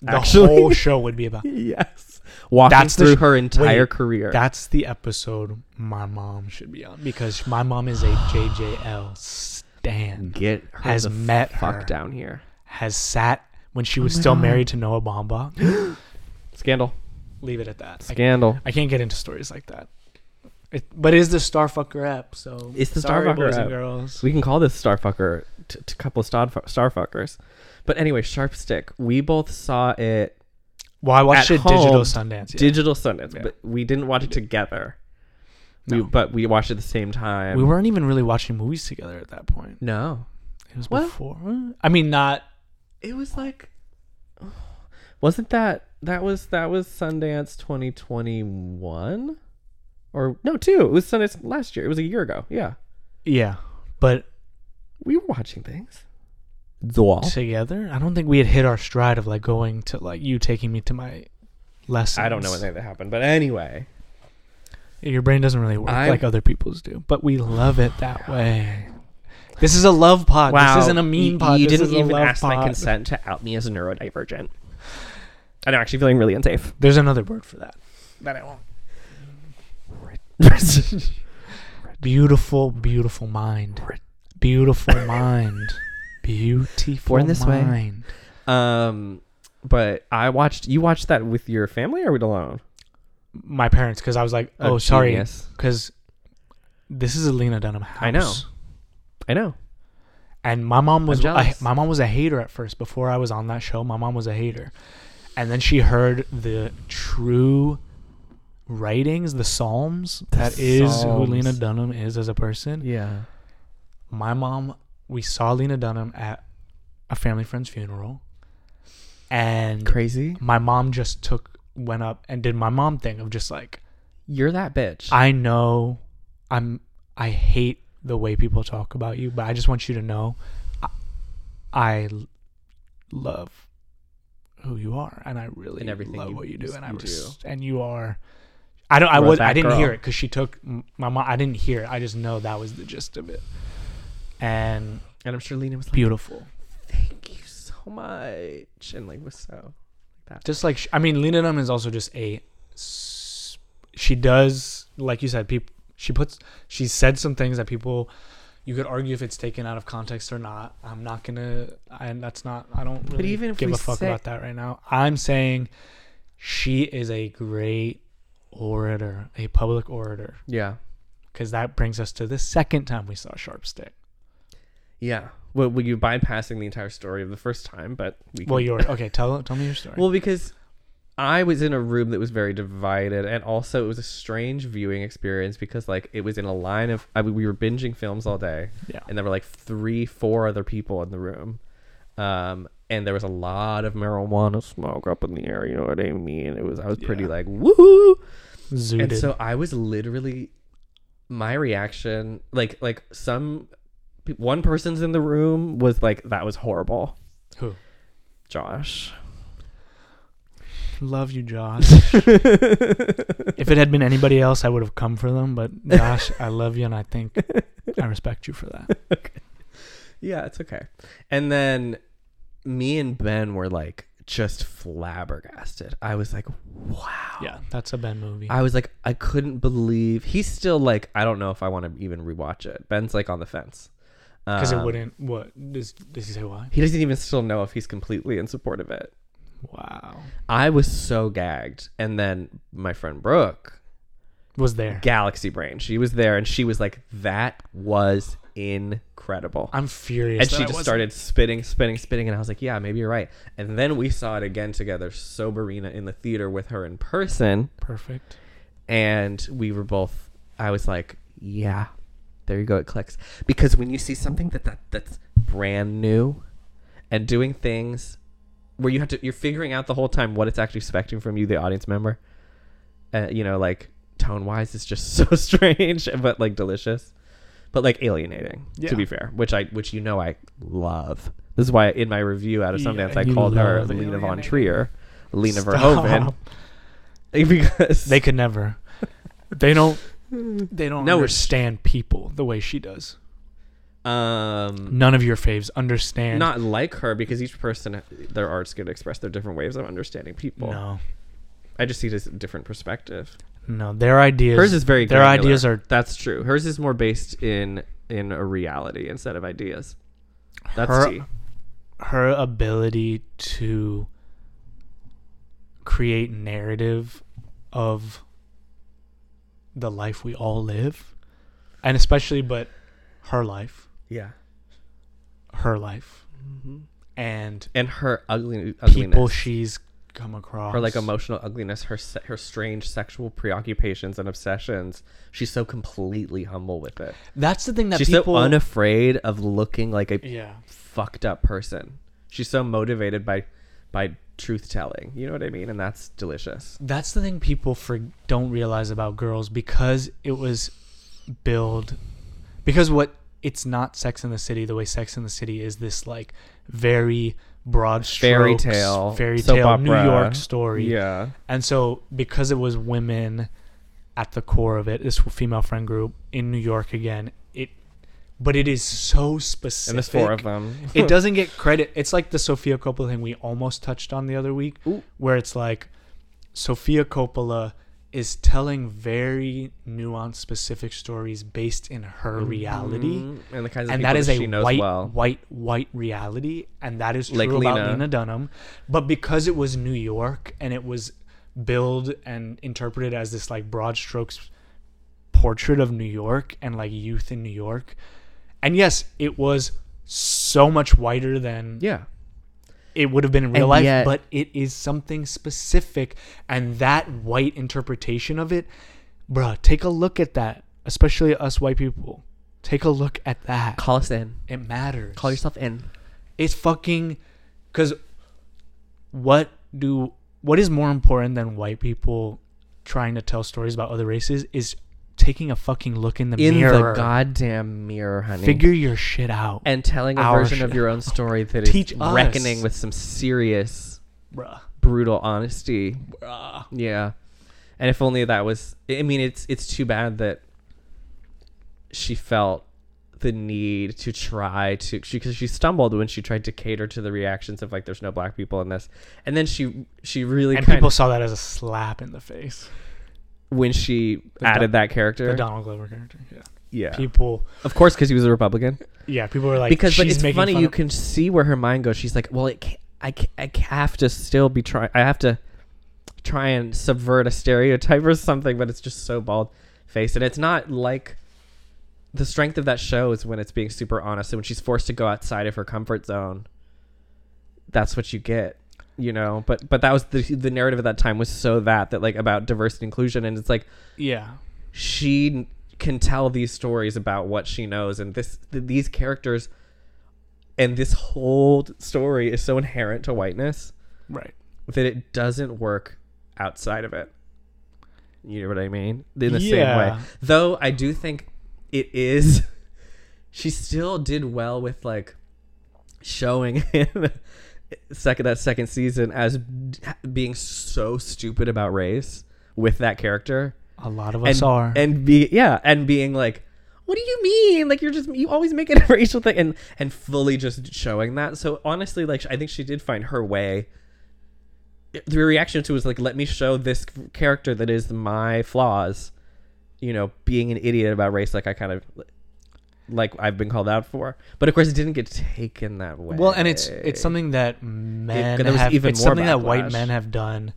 S3: the
S2: Actually-
S3: whole show would be about
S2: Yes. Walking
S3: That's the
S2: through
S3: sh-
S2: her entire
S3: wait,
S2: career.
S3: that's the episode my mom should be on because my mom is a jjl stan
S2: Get her
S3: has
S2: the
S3: met
S2: fuck
S3: her.
S2: down here.
S3: has sat when
S2: Oh
S3: she was still married to Noah Bamba.
S2: Scandal.
S3: Leave it at that. I,
S2: Scandal.
S3: I can't get into stories like that. It, but it is the Starfucker app, so
S2: It's the
S3: sorry,
S2: Starfucker
S3: boys
S2: app.
S3: and girls.
S2: We can call this Starfucker, t- t- couple of star- Starfuckers. But anyway, Sharp Stick. We both saw it
S3: Well, I watched
S2: At
S3: it digital
S2: home,
S3: Sundance. Yeah.
S2: digital Sundance,
S3: Yeah.
S2: but we didn't watch it together. We,
S3: No.
S2: but we watched it at the same time.
S3: we weren't even really watching movies together at that point.
S2: no.
S3: It was
S2: Well-
S3: before. I mean, not
S2: It was like, wasn't that that was that was Sundance 2021, or no two? It was Sundance last year. It was a year ago. Yeah,
S3: yeah, but
S2: we were watching things.
S5: The
S2: Oh.
S5: wall.
S3: together. I don't think we had hit our stride of like going to like you taking me to my lessons.
S2: I don't know when that happened, but anyway,
S3: Your brain doesn't really work
S2: I-
S3: like other people's do, but we love it that way. This is a love pod. This isn't a mean
S2: you,
S3: pod.
S2: You
S3: This
S2: didn't
S3: is a
S2: even
S3: love
S2: ask my
S3: pod.
S2: consent to out me as a neurodivergent. And I'm actually feeling really unsafe.
S3: There's another word for that that I won't. Beautiful, beautiful mind. Beautiful mind. Beautiful
S2: Born this way.
S3: mind.
S2: um, but I watched. You watched that with your family, or were we alone?
S3: My parents, because I was like,
S2: A
S3: oh, sorry,
S2: genius.
S3: because this is a Lena Dunham house.
S2: I know. I know.
S3: And my mom was I,
S2: jealous.
S3: my mom was a hater at first. Before I was on that show, my mom was a hater, and then she heard the true writings, the Psalms. that is
S2: Psalms.
S3: who Lena Dunham is as a person.
S2: Yeah.
S3: my mom we saw lena dunham at a family friend's funeral and
S2: Crazy.
S3: my mom just took went up and did my mom thing of just like
S2: You're that bitch.
S3: i know i'm i hate the way people talk about you but i just want you to know i, I l- love who you are and i really
S2: And everything
S3: love
S2: you-
S3: what you do
S2: you-
S3: and i
S2: you do.
S3: res- and you are i don't i
S2: You're a
S3: was i
S2: bad
S3: didn't hear
S2: girl.
S3: it because she took m- my mom i didn't hear it i just know that was the gist of it and
S2: and I'm sure Lena was like,
S3: beautiful.
S2: "Thank you so much," and like was so like that.
S3: Just like sh- I mean, Lena Dunham is also just a. s- She does like you said. People she puts she said some things that people you could argue if it's taken out of context or not. I'm not gonna. And that's not. I don't really
S2: even if
S3: give
S2: we
S3: a fuck
S2: say-
S3: about that right now. I'm saying she is a great orator, a public orator,
S2: Yeah.
S3: because that brings us to the second time we saw Sharp Stick.
S2: Yeah. Well, well, you bypassing the entire story of the first time, but we
S3: Well,
S2: can-
S3: your okay. Tell tell me your story.
S2: well because I was in a room that was very divided, and also it was a strange viewing experience because like it was in a line of I mean, we were binging films all day,
S3: Yeah.
S2: and there were like three, four other people in the room, um, and there was a lot of marijuana smoke up in the air. You know what I mean? It was I was pretty
S3: Yeah.
S2: like woo.
S3: Zooted.
S2: And so I was literally my reaction like like some pe- one person's in the room was like that was horrible.
S3: Who?
S2: Josh.
S3: Love you, Josh. if it had been anybody else, I would have come for them. But Josh, I love you, and I think I respect you for that.
S2: Yeah, it's okay. And then me and Ben were like just flabbergasted. I was like, "Wow."
S3: Yeah, that's a Ben movie.
S2: I was like, I couldn't believe he's still like, I don't know if I want to even rewatch it. Ben's like on the fence
S3: Because it
S2: Um,
S3: wouldn't. What does does he say? Why?
S2: He doesn't even still know if he's completely in support of it.
S3: Wow.
S2: I was so gagged. And then my friend Brooke,
S3: Was there?
S2: Galaxy Brain, she was there and she was like, that was incredible.
S3: I'm furious.
S2: and
S3: that
S2: she
S3: I
S2: just
S3: wasn't-
S2: started spitting, spitting, spitting. And I was like, yeah, maybe you're right. And then we saw it again together, Soberina, in the theater with her in person.
S3: Perfect.
S2: And we were both, I was like, yeah, there you go. It clicks. Because when you see something that, that that's brand new and doing things where you have to you're figuring out the whole time what it's actually expecting from you the audience member uh, you know like tone wise it's just so strange but like delicious but like alienating
S3: Yeah.
S2: to be fair which i which you know i love this is why in my review out of
S3: Yeah,
S2: sundance i
S3: you
S2: called her
S3: love
S2: lena von
S3: alienating.
S2: trier lena
S3: Stop.
S2: verhoeven because
S3: They could never. They don't. They don't
S2: No, it's-
S3: understand people the way she does.
S2: um
S3: None of your faves understand.
S2: not like her because each person their art's going to express their different ways of understanding people
S3: no,
S2: i just see this different perspective
S3: no. Their ideas.
S2: hers is very
S3: Their
S2: granular.
S3: ideas are
S2: that's true hers is more based in in a reality instead of ideas that's
S3: Her-
S2: tea.
S3: her ability to create narrative of the life we all live and especially but her life
S2: Yeah.
S3: her life and
S2: And her ugly, Mm-hmm. ugliness.
S3: people she's come across
S2: her like emotional ugliness, her se- her strange sexual preoccupations and obsessions. She's so completely humble with it.
S3: that's the thing that
S2: She's
S3: people
S2: so unafraid of looking like a
S3: yeah
S2: fucked up person. She's so motivated by by truth telling. You know what I mean? And that's delicious.
S3: that's the thing people for don't realize about girls because it was build because what it's not Sex in the City the way Sex in the City is this like very broad
S2: Fairy
S3: strokes,
S2: tale,
S3: fairy
S2: soap
S3: tale New
S2: opera.
S3: York story
S2: Yeah.
S3: and so because it was women at the core of it this female friend group in New York again it but it is so specific
S2: And there's four of them.
S3: it doesn't get credit. It's like the Sofia Coppola thing we almost touched on the other week,
S2: Ooh.
S3: where it's like Sofia Coppola is telling very nuanced, specific stories based in her reality,
S2: Mhm. And the kinds of
S3: and
S2: people
S3: that is
S2: she
S3: a
S2: knows
S3: white,
S2: well.
S3: white, white reality, and that is true
S2: Like
S3: about
S2: Lena.
S3: Lena Dunham. But because it was New York and it was billed and interpreted as this like broad strokes portrait of New York and like youth in New York. And yes, it was so much whiter than
S2: yeah.
S3: it would have been in real life,
S2: yet-
S3: but it is something specific. And that white interpretation of it, bruh, take a look at that, especially us white people. Take a look at that.
S2: Call us in.
S3: It matters.
S2: Call yourself in.
S3: It's fucking because what do what is more important than white people trying to tell stories about other races is taking a fucking look in the
S2: In the
S3: mirror.
S2: goddamn mirror, honey.
S3: Figure your shit out,
S2: and telling a
S3: Our
S2: version
S3: shit.
S2: of your own story that is
S3: Teach us.
S2: reckoning with some serious
S3: bruh.
S2: brutal honesty.
S3: Bruh.
S2: Yeah. And if only that was I mean it's it's too bad that she felt the need to try to because she, stumbled when she tried to cater to the reactions of like there's no black people in this. And then she she really
S3: And
S2: kind
S3: people
S2: of,
S3: saw that as a slap in the face.
S2: when she added that character.
S3: The Donald Glover character. Yeah.
S2: yeah.
S3: People.
S2: of course cuz he was a Republican.
S3: Yeah, people were like,
S2: because
S3: she's
S2: but it's
S3: making
S2: funny
S3: fun
S2: you
S3: of-
S2: can see where her mind goes she's like well it ca I, ca- I ca- have to still be trying i have to try and subvert a stereotype or something but it's just so bald faced and it's not like the strength of that show is when it's being super honest and when she's forced to go outside of her comfort zone that's what you get you know but but that was the the narrative at that time was so that that like about diversity and inclusion and it's like
S3: Yeah.
S2: she n- can tell these stories about what she knows and this th- these characters and this whole story is so inherent to whiteness
S3: Right.
S2: that it doesn't work outside of it you know what i mean in the same
S3: Yeah.
S2: way though i do think it is she still did well with like showing him second that second season as d- being so stupid about race with that character
S3: A lot of us
S2: and,
S3: are.
S2: and be yeah and being like what do you mean like you're just you always make it a racial thing and and fully just showing that so honestly like i think she did find her way the reaction to it was like let me show this character that is my flaws you know being an idiot about race like i kind of like i've been called out for but of course it didn't get taken that way
S3: well, and it's it's something that men
S2: there was
S3: have.
S2: even
S3: it's
S2: more
S3: something that white
S2: backlash.
S3: men have done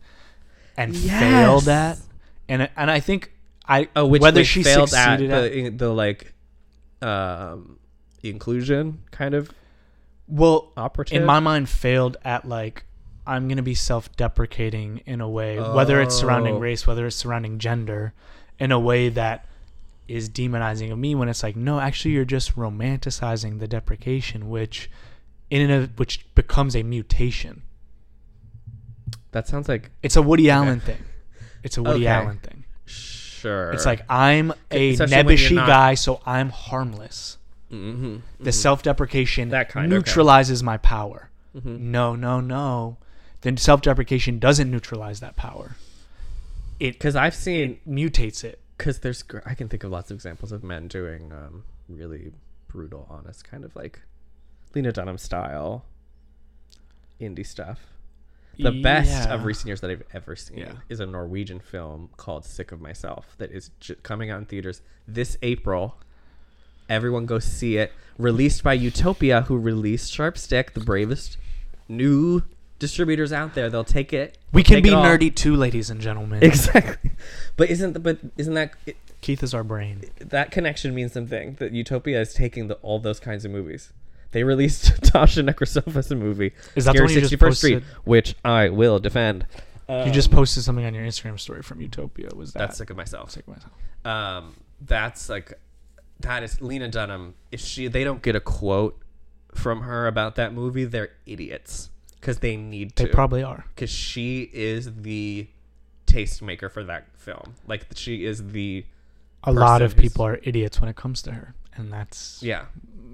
S3: and
S2: Yes.
S3: failed at, and and I think I uh,
S2: oh which
S3: whether
S2: they
S3: she
S2: failed at
S3: succeeded at,
S2: the, the like um inclusion kind of
S3: well
S2: operative
S3: in my mind failed at like I'm gonna be self-deprecating in a way, whether it's surrounding
S2: Oh.
S3: race, whether it's surrounding gender, in a way that is demonizing of me when it's like no actually you're just romanticizing the deprecation which in and of which becomes a mutation
S2: That sounds like
S3: It's a Woody Allen thing. It's a Woody
S2: Okay.
S3: Allen thing.
S2: sure.
S3: It's like I'm a
S2: Especially when you're
S3: nebbishy
S2: not-
S3: guy, so I'm harmless.
S2: mm-hmm.
S3: The self-deprecation
S2: That kind, Mm-hmm. okay.
S3: neutralizes my power. No, no, no. Then self-deprecation doesn't neutralize that power. It
S2: because I've seen
S3: mutates it.
S2: because there's gr- I can think of lots of examples of men doing um, really brutal, honest kind of like Lena Dunham style indie stuff. The best of
S3: Yeah.
S2: recent years that I've ever seen
S3: Yeah.
S2: is a Norwegian film called Sick of Myself that is j- coming out in theaters this April. Everyone go see it. Released by Utopia, who released Sharp Stick, the bravest new distributors out there. They'll take it.
S3: We can
S2: Take
S3: be
S2: it all.
S3: nerdy too, ladies and gentlemen.
S2: Exactly. But isn't the, but isn't that it,
S3: Keith is our brain.
S2: that connection means something that Utopia is taking the, all those kinds of movies. They released Tasha Necrosopha's movie,
S3: Is that the
S2: Scary
S3: one you just
S2: 61st Street,
S3: posted?
S2: which I will defend.
S3: you just posted something on your Instagram story from Utopia. Was that?
S2: That's sick of myself.
S3: Sick of myself.
S2: Um, that's like that is Lena Dunham. If she they don't get a quote from her about that movie, they're idiots because they need
S3: They
S2: to.
S3: probably are.
S2: because she is the tastemaker for that film. Like she is the
S3: A lot of
S2: Person who's-
S3: people are idiots when it comes to her, and that's
S2: yeah.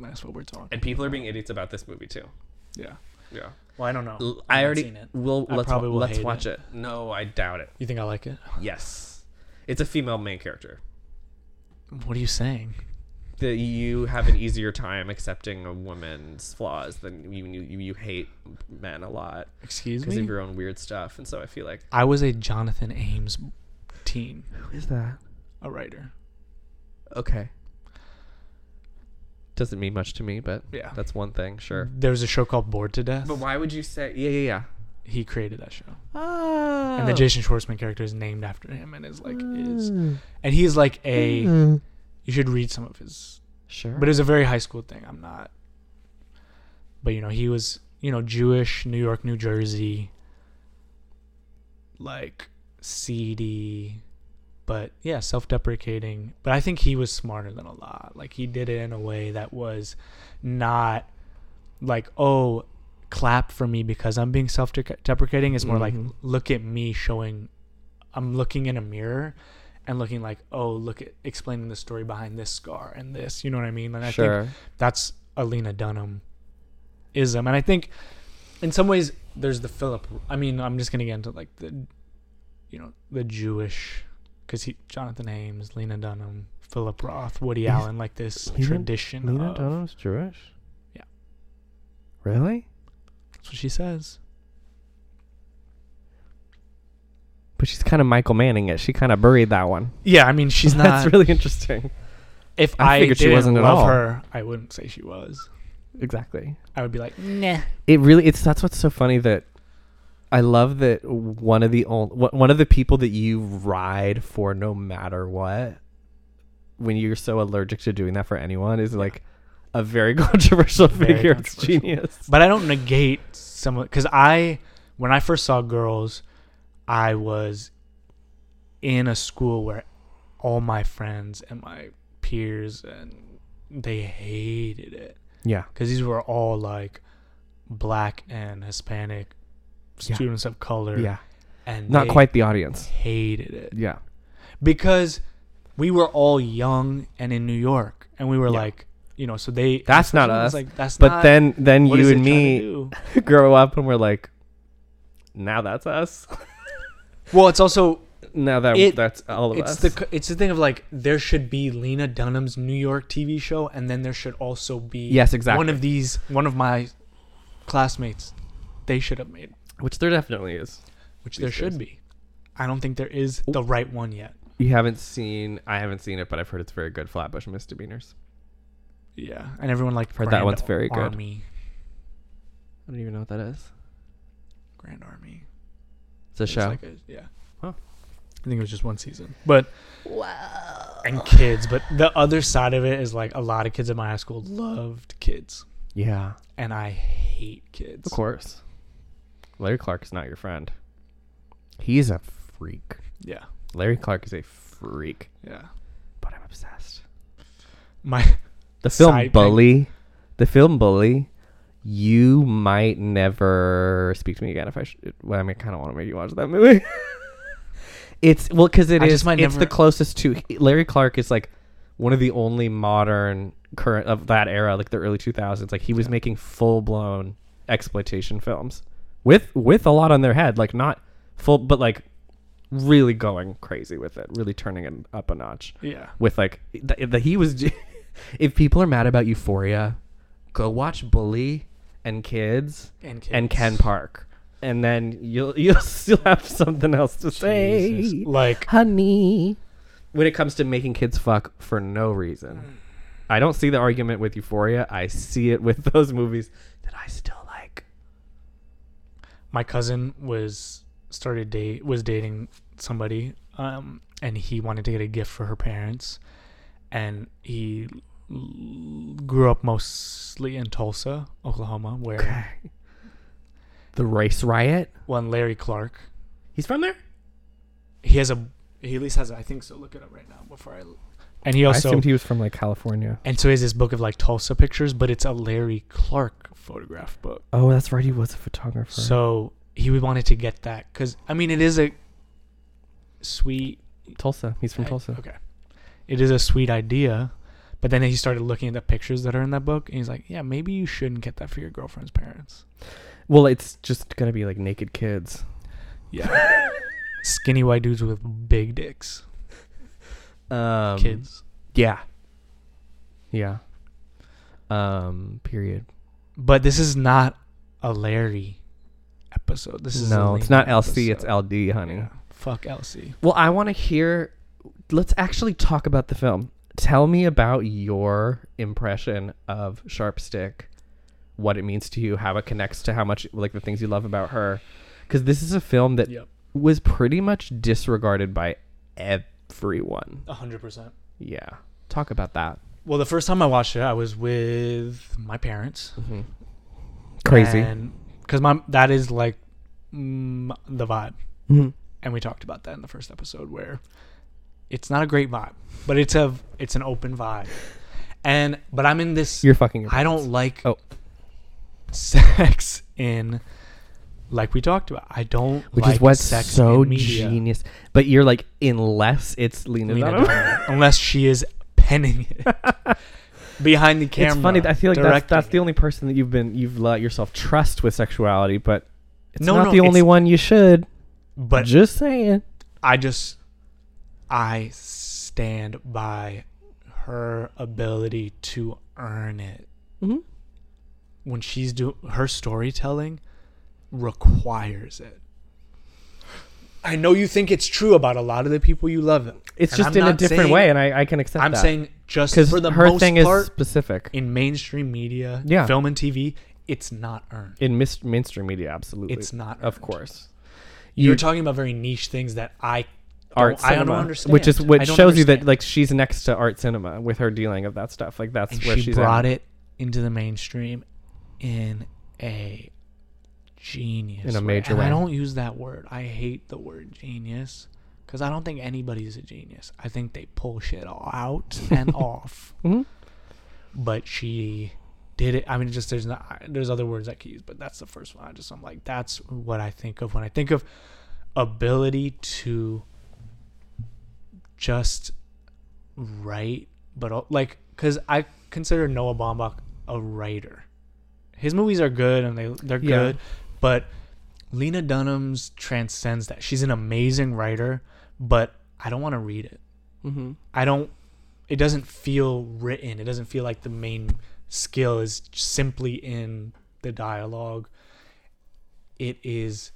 S3: that's what we're talking.
S2: And people are being idiots about this movie too.
S3: Yeah.
S2: Yeah.
S3: Well, I don't know.
S2: L- I
S3: haven't
S2: already
S3: seen it.
S2: will.
S3: I
S2: Let's
S3: probably will
S2: let's
S3: hate
S2: watch it. No, I doubt it.
S3: You think I like it?
S2: Yes, it's a female main character.
S3: What are you saying?
S2: That you have an easier time accepting a woman's flaws than you you, you hate men a lot
S3: Excuse
S2: because
S3: me.
S2: of your own weird stuff. And so I feel like
S3: I was a Jonathan Ames teen,
S2: who is that?
S3: a writer.
S2: Okay. Doesn't mean much to me, but
S3: Yeah.
S2: that's one thing. Sure.
S3: There was a show called Bored to Death.
S2: But why would you say? Yeah, yeah, yeah.
S3: He created that show,
S4: Ah.
S3: and the Jason Schwartzman character is named after him, and is like is, and he's like a. You should read some of his
S2: Sure.
S3: But it was a very high school thing. I'm not. But you know, he was you know Jewish, New York, New Jersey, like seedy, but yeah, self-deprecating. But I think he was smarter than a lot. Like he did it in a way that was not like oh clap for me because I'm being self-deprecating. It's more like
S2: Mhm.
S3: look at me showing I'm looking in a mirror and looking like, oh, look at explaining the story behind this scar and this. You know what I mean? And I think
S2: sure.
S3: that's Alina Dunham ism. And I think in some ways there's the Philip I mean, I'm just gonna get into like the you know, the Jewish because he Jonathan Ames, Lena Dunham, Philip Roth, Woody
S4: Is
S3: Allen, like this
S4: Lena-
S3: tradition
S4: Lena
S3: of-
S4: Dunham's
S2: Oh.
S4: Jewish.
S3: Yeah.
S4: Really?
S3: That's what she says.
S2: But she's kind of Michael Manning it. She kind of buried that one.
S3: Yeah, I mean she's not
S2: That's really interesting.
S3: if
S2: I
S3: I,
S2: figured she
S3: didn't
S2: wasn't at
S3: love
S2: all.
S3: her, I wouldn't say she was.
S2: Exactly.
S3: I would be like,
S2: It really it's that's what's so funny that I love that one of the only one of the people that you ride for no matter what when you're so allergic to doing that for anyone is like a very controversial
S3: Very
S2: figure.
S3: controversial.
S2: It's genius.
S3: But I don't negate some of because I when I first saw girls, I was in a school where all my friends and my peers and they hated it
S2: Yeah.
S3: because these were all like black and Hispanic
S2: Yeah.
S3: students of color.
S2: Yeah.
S3: and
S2: Not
S3: they
S2: quite the audience.
S3: hated it
S2: Yeah.
S3: because we were all young and in New York, and we were like, you know, so they
S2: That's not
S3: it's
S2: us.
S3: Like that's
S2: But
S3: not
S2: then then
S3: what
S2: you
S3: is it
S2: and
S3: trying to
S2: me
S3: do?"
S2: grow up and we're like now that's us.
S3: Well, it's also
S2: Now that
S3: It-
S2: that's all of
S3: it's
S2: us.
S3: the c- it's the thing of like there should be Lena Dunham's New York TV show, and then there should also be
S2: Yes, exactly.
S3: one of these one of my classmates. They should have made,
S2: Which there definitely is.
S3: which
S2: These
S3: there should
S2: days.
S3: be. I don't think there is the right one yet.
S2: You haven't seen. I haven't seen it, but I've heard it's very good. Flatbush misdemeanors.
S3: Yeah, and everyone like
S2: Heard that
S3: Grand
S2: one's very good.
S3: Army,
S2: I don't even know what that is.
S3: Grand Army.
S2: It's a
S3: It's
S2: show.
S3: like a- yeah.
S2: Huh.
S3: I think it was just one season, but and kids. But the other side of it is like a lot of kids at my high school loved kids,
S2: yeah,
S3: and I hate kids.
S2: of course. Larry Clark is not your friend. He's a freak.
S3: Yeah,
S2: Larry Clark is a freak,
S3: yeah.
S2: but I'm obsessed.
S3: My
S2: The film
S3: Side thing.
S2: Bully. The film Bully. You might never speak to me again if I. Should, well, I mean, kind of want to make you watch that movie. it's well because it
S3: I
S2: is.
S3: just might
S2: it's
S3: never-
S2: the closest to Larry Clark is like one of the only modern current of that era, like the early two thousands. Like he was making full blown exploitation films with with a lot on their head, like not full, but like really going crazy with it, really turning it up a notch
S3: yeah.
S2: with like that he was if people are mad about euphoria go watch bully and kids,
S3: and kids.
S2: and ken park and then you'll you'll still have something else to say
S3: like
S2: honey when it comes to making kids fuck for no reason I don't see the argument with Euphoria. I see it with those movies that I still like.
S3: my cousin was started date was dating somebody um and he wanted to get a gift for her parents and he l- grew up mostly in Tulsa, Oklahoma, where
S2: The Race Riot.
S3: one Larry Clark.
S2: He's from there.
S3: He has a he at least has a, I think so look it up right now before I l- and he
S4: I
S3: also
S4: assumed he was from like California.
S3: and so is this book of like Tulsa pictures, but it's a Larry Clark photograph book.
S4: Oh, that's right. He was a photographer.
S3: So he wanted to get that because I mean it is a sweet
S4: Tulsa. He's from
S3: I-
S4: Tulsa.
S3: Okay. It is a sweet idea, but then he started looking at the pictures that are in that book, and he's like, "Yeah, maybe you shouldn't get that for your girlfriend's parents."
S4: Well, it's just gonna be like naked kids.
S3: Yeah. Skinny white dudes with big dicks,
S2: Um,
S3: kids.
S2: Yeah. Yeah. Um. Period.
S3: But this is not a Larry episode. This is a
S2: no, it's
S3: Lena
S2: not LC. It's
S3: episode.
S2: LD, honey.
S3: Yeah. Fuck Elsie.
S4: Well, I want to hear. Let's actually talk about the film.
S2: Tell me about your impression of Sharp Stick, what it means to you, how it connects to how much like the things you love about her, because this is a film that
S3: Yep.
S2: was pretty much disregarded by everyone.
S3: hundred percent.
S2: Yeah. Talk about that.
S3: Well, the first time I watched it, I was with my parents.
S4: Mm-hmm. Crazy.
S3: Because my that is like mm, the vibe.
S4: Mhm.
S3: and we talked about that in the first episode where it's not a great vibe, but it's a it's an open vibe. And but I'm in this
S4: You're fucking. Your
S3: I don't like
S4: Oh.
S3: sex in like we talked about. I don't
S4: which
S3: like
S4: is what's
S3: sex
S4: so
S3: in media.
S4: genius. But you're like, unless it's Lena,
S3: Lena
S4: Dunham.
S3: Dunham, unless she is penning it behind the camera.
S4: It's funny. I feel like that's,
S3: directing
S4: that's the
S3: it.
S4: only person that you've been you've let yourself trust with sexuality, but it's
S3: No,
S4: not
S3: no,
S4: the only
S3: it's-
S4: one you should.
S3: but
S4: just saying.
S3: I just I stand by her ability to earn it.
S4: Mhm.
S3: When she's do her storytelling requires it. I know you think it's true about a lot of the people you love.
S4: It's
S3: And
S4: just
S3: I'm
S4: in a
S3: not
S4: different
S3: saying-
S4: way, and I, I can accept
S3: I'm
S4: that.
S3: saying just
S4: because
S3: for the
S4: her
S3: most
S4: thing
S3: part
S4: is specific
S3: in mainstream media,
S4: Yeah.
S3: film and TV, it's not earned.
S4: in mis- mainstream media. Absolutely,
S3: It's not earned.
S4: of course.
S3: You're
S4: You-
S3: talking about very niche things that I
S4: art
S3: don't, I
S4: cinema,
S3: don't understand.
S4: which is what
S3: I don't
S4: shows you that
S3: understand.
S4: like she's next to art cinema with her dealing of that stuff. Like that's
S3: and
S4: where
S3: she
S4: she's
S3: brought
S4: at.
S3: it into the mainstream in a genius
S4: In a major
S3: and
S4: way.
S3: I don't use that word. I hate the word genius because I don't think anybody's a genius. I think they pull shit all out and off.
S4: Mhm.
S3: But she did it. I mean, just there's not I- there's other words I could use, but that's the first one. I just I'm like that's what I think of when I think of ability to just write, but al- like because I consider Noah Baumbach a writer. His movies are good and they they're
S4: Yeah.
S3: good, but Lena Dunham's transcends that. She's an amazing writer, but I don't want to read it.
S4: Mhm.
S3: I don't. It doesn't feel written. It doesn't feel like the main skill is simply in the dialogue. It is.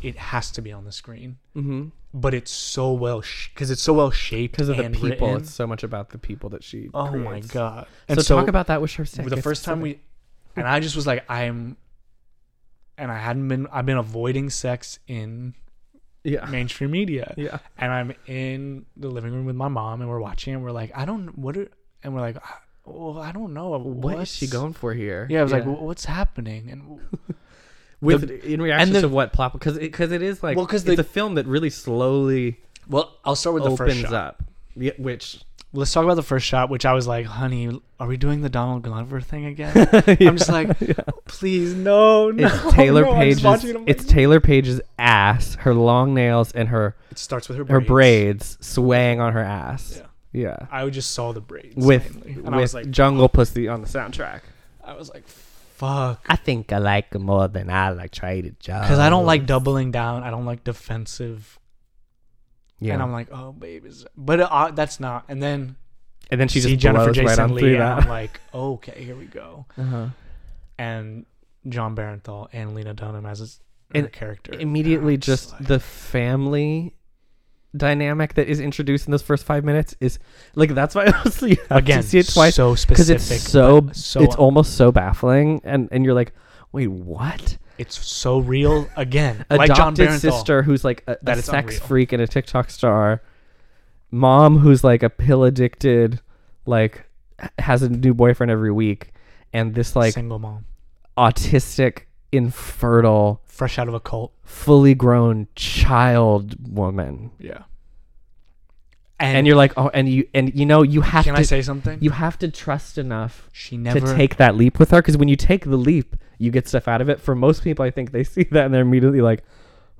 S3: It has to be on the screen,
S4: Mhm.
S3: but it's so well because it's so well shaped
S4: because of the
S3: and
S4: people.
S3: written.
S4: It's so much about the people that she.
S3: Oh my
S4: creates.
S3: god!
S4: so, talk about that with her. Sick.
S3: the
S4: It's
S3: first time
S4: specific.
S3: we, and I just was like, I'm, and I hadn't been. I've been avoiding sex in
S4: yeah
S3: mainstream media.
S4: yeah
S3: and I'm in the living room with my mom, and we're watching, and we're like, I don't what, are, and we're like, "Ah, well, I don't know
S4: what is she
S3: what's-"
S4: going for here?
S3: Yeah, I was like, "Wh- what's happening? And
S4: with
S3: the-
S4: in reaction
S3: the-
S4: to what plot because because it is like
S3: Well,
S4: well,
S3: 'cause
S4: because
S3: the-
S4: it's a film that really slowly
S3: well, I'll start with the first
S4: opens
S3: shot.
S4: up, yeah, which
S3: Let's talk about the first shot, which I was like, honey, are we doing the Donald Glover thing again? I'm just like, please, no, no.
S4: it's Taylor
S3: no, I'm just
S4: Page's
S3: watching it, I'm
S4: it's
S3: like,
S4: Taylor Page's ass, her long nails and her
S3: it starts with her
S4: her
S3: braids.
S4: braids swaying on her ass.
S3: Yeah.
S4: Yeah.
S3: I just saw the braids
S4: With
S3: mainly, and
S4: with
S3: I was like, "Oh."
S4: Jungle Pussy on the soundtrack.
S3: I was like, fuck.
S4: I think I like him more than I like traded Joe.
S3: Because I don't like doubling down. I don't like defensive.
S4: yeah.
S3: And I'm like, oh, babies. But uh, that's not. And then
S4: and then she
S3: see
S4: just
S3: Jennifer
S4: blows
S3: Jason
S4: right on
S3: Leigh,
S4: through
S3: and
S4: that.
S3: I'm like, okay, here we go.
S4: Uh-huh.
S3: And John Barenthal and Lena Dunham as his her
S4: And
S3: character
S4: Immediately
S3: I'm
S4: just
S3: like,
S4: the family
S2: dynamic that is introduced in those first five minutes is like that's why honestly you have
S3: Again,
S2: to see it twice
S3: so
S2: because
S3: specific.
S2: it's so,
S3: but so
S2: it's almost so baffling and and you're like wait what
S3: it's so real. Again,
S2: adopted
S3: like John Barenthal.
S2: sister who's like a, a
S3: That is
S2: sex
S3: unreal.
S2: freak and a TikTok star, mom who's like a pill addicted, like h- has a new boyfriend every week, and this like
S3: single mom,
S2: autistic, infertile,
S3: fresh out of a cult.
S2: fully grown child woman,
S3: Yeah.
S2: and, you're like, oh, and you and you know you have
S3: Can
S2: to
S3: I say something?
S2: you have to trust enough
S3: she never
S2: to take that leap with her because when you take the leap, you get stuff out of it. For most people, I think they see that and they're immediately like.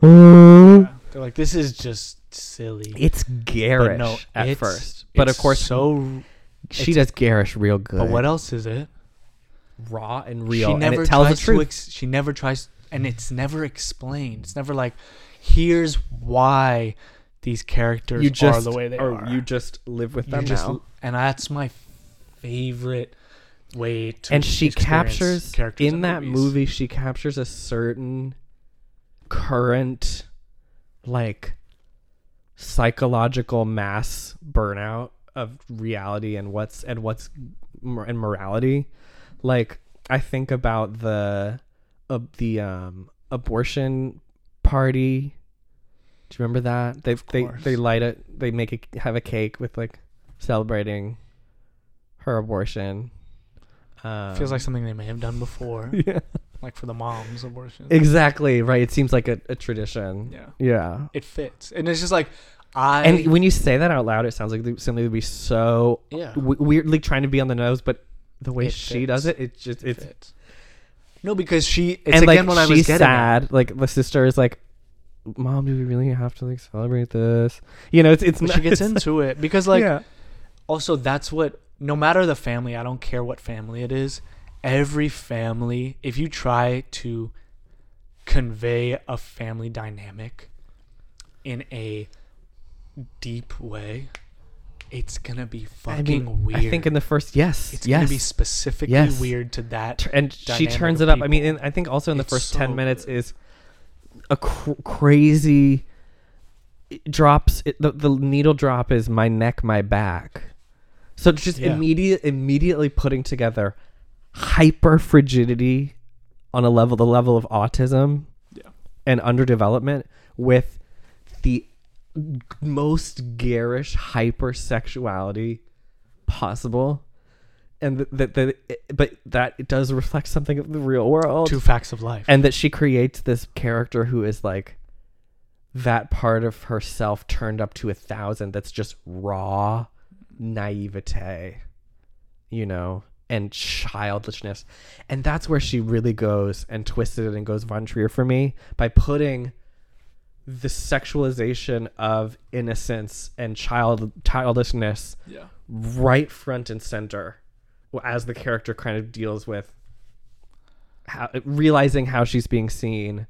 S2: "Hmm."
S3: They're like, this is just silly.
S2: It's garish
S3: no,
S2: at
S3: it's-
S2: first, but of
S3: It's
S2: course
S3: so.
S2: she
S3: it's-
S2: does garish real good.
S3: But what else is it?
S2: Raw and real,
S3: She never
S2: and it tells the
S3: tries
S2: truth.
S3: To ex- she never tries, and it's never explained. It's never like, here's why these characters are the way they
S2: or
S3: are.
S2: you just live with
S3: You
S2: them
S3: just-
S2: now.
S3: and that's my favorite way to.
S2: And she
S3: experience
S2: captures
S3: characters
S2: in that
S3: movies.
S2: movie. She captures a certain current, like psychological mass burnout of reality and what's and what's mor- and morality. Like I think about the of the um abortion party. Do you remember that? They they
S3: course.
S2: they light it. They make a have a cake with like celebrating her abortion. Um,
S3: Feels like something they may have done before,
S2: yeah,
S3: like for the mom's abortion.
S2: exactly right. It seems like a, a tradition.
S3: yeah,
S2: Yeah.
S3: it fits, and it's just like I
S2: And when you say that out loud, it sounds like something that would be so
S3: yeah.
S2: w- weirdly trying to be on the nose, but the way
S3: It
S2: she does it,
S3: fits.
S2: it just it's
S3: fits. No, because she. It's
S2: and
S3: again
S2: like
S3: what I was
S2: she's
S3: getting. at.
S2: sad. Like the sister is like, "Mom, do we really have to like celebrate this?" You know, it's it's
S3: But she gets
S2: it's-
S3: into it because, like,
S2: yeah.
S3: also that's what. No matter the family, I don't care what family it is. Every family, if you try to convey a family dynamic in a deep way, it's gonna be
S2: I
S3: fucking
S2: mean,
S3: weird.
S2: I think in the first yes,
S3: it's
S2: yes,
S3: gonna be specifically
S2: yes.
S3: weird to that.
S2: Tur- and she
S3: dynamic
S2: turns
S3: of
S2: it up. I
S3: people.
S2: mean, and I think also in the
S3: It's
S2: first
S3: so
S2: ten minutes
S3: good.
S2: is a cr- crazy it drops. It, the the needle drop is my neck, my back. So it's just
S3: Yeah.
S2: immediate, immediately putting together hyper frigidity on a level, the level of autism
S3: Yeah.
S2: and underdevelopment with the most garish hypersexuality possible. And that, that, that but that it does reflect something of the real world
S3: Two facts of life.
S2: and that she creates this character who is like that part of herself turned up to a thousand that's just raw naivete you know and childishness and that's where she really goes and twisted it and goes von trier for me by putting the sexualization of innocence and child childishness
S3: yeah.
S2: right front and center as the character kind of deals with how realizing how she's being seen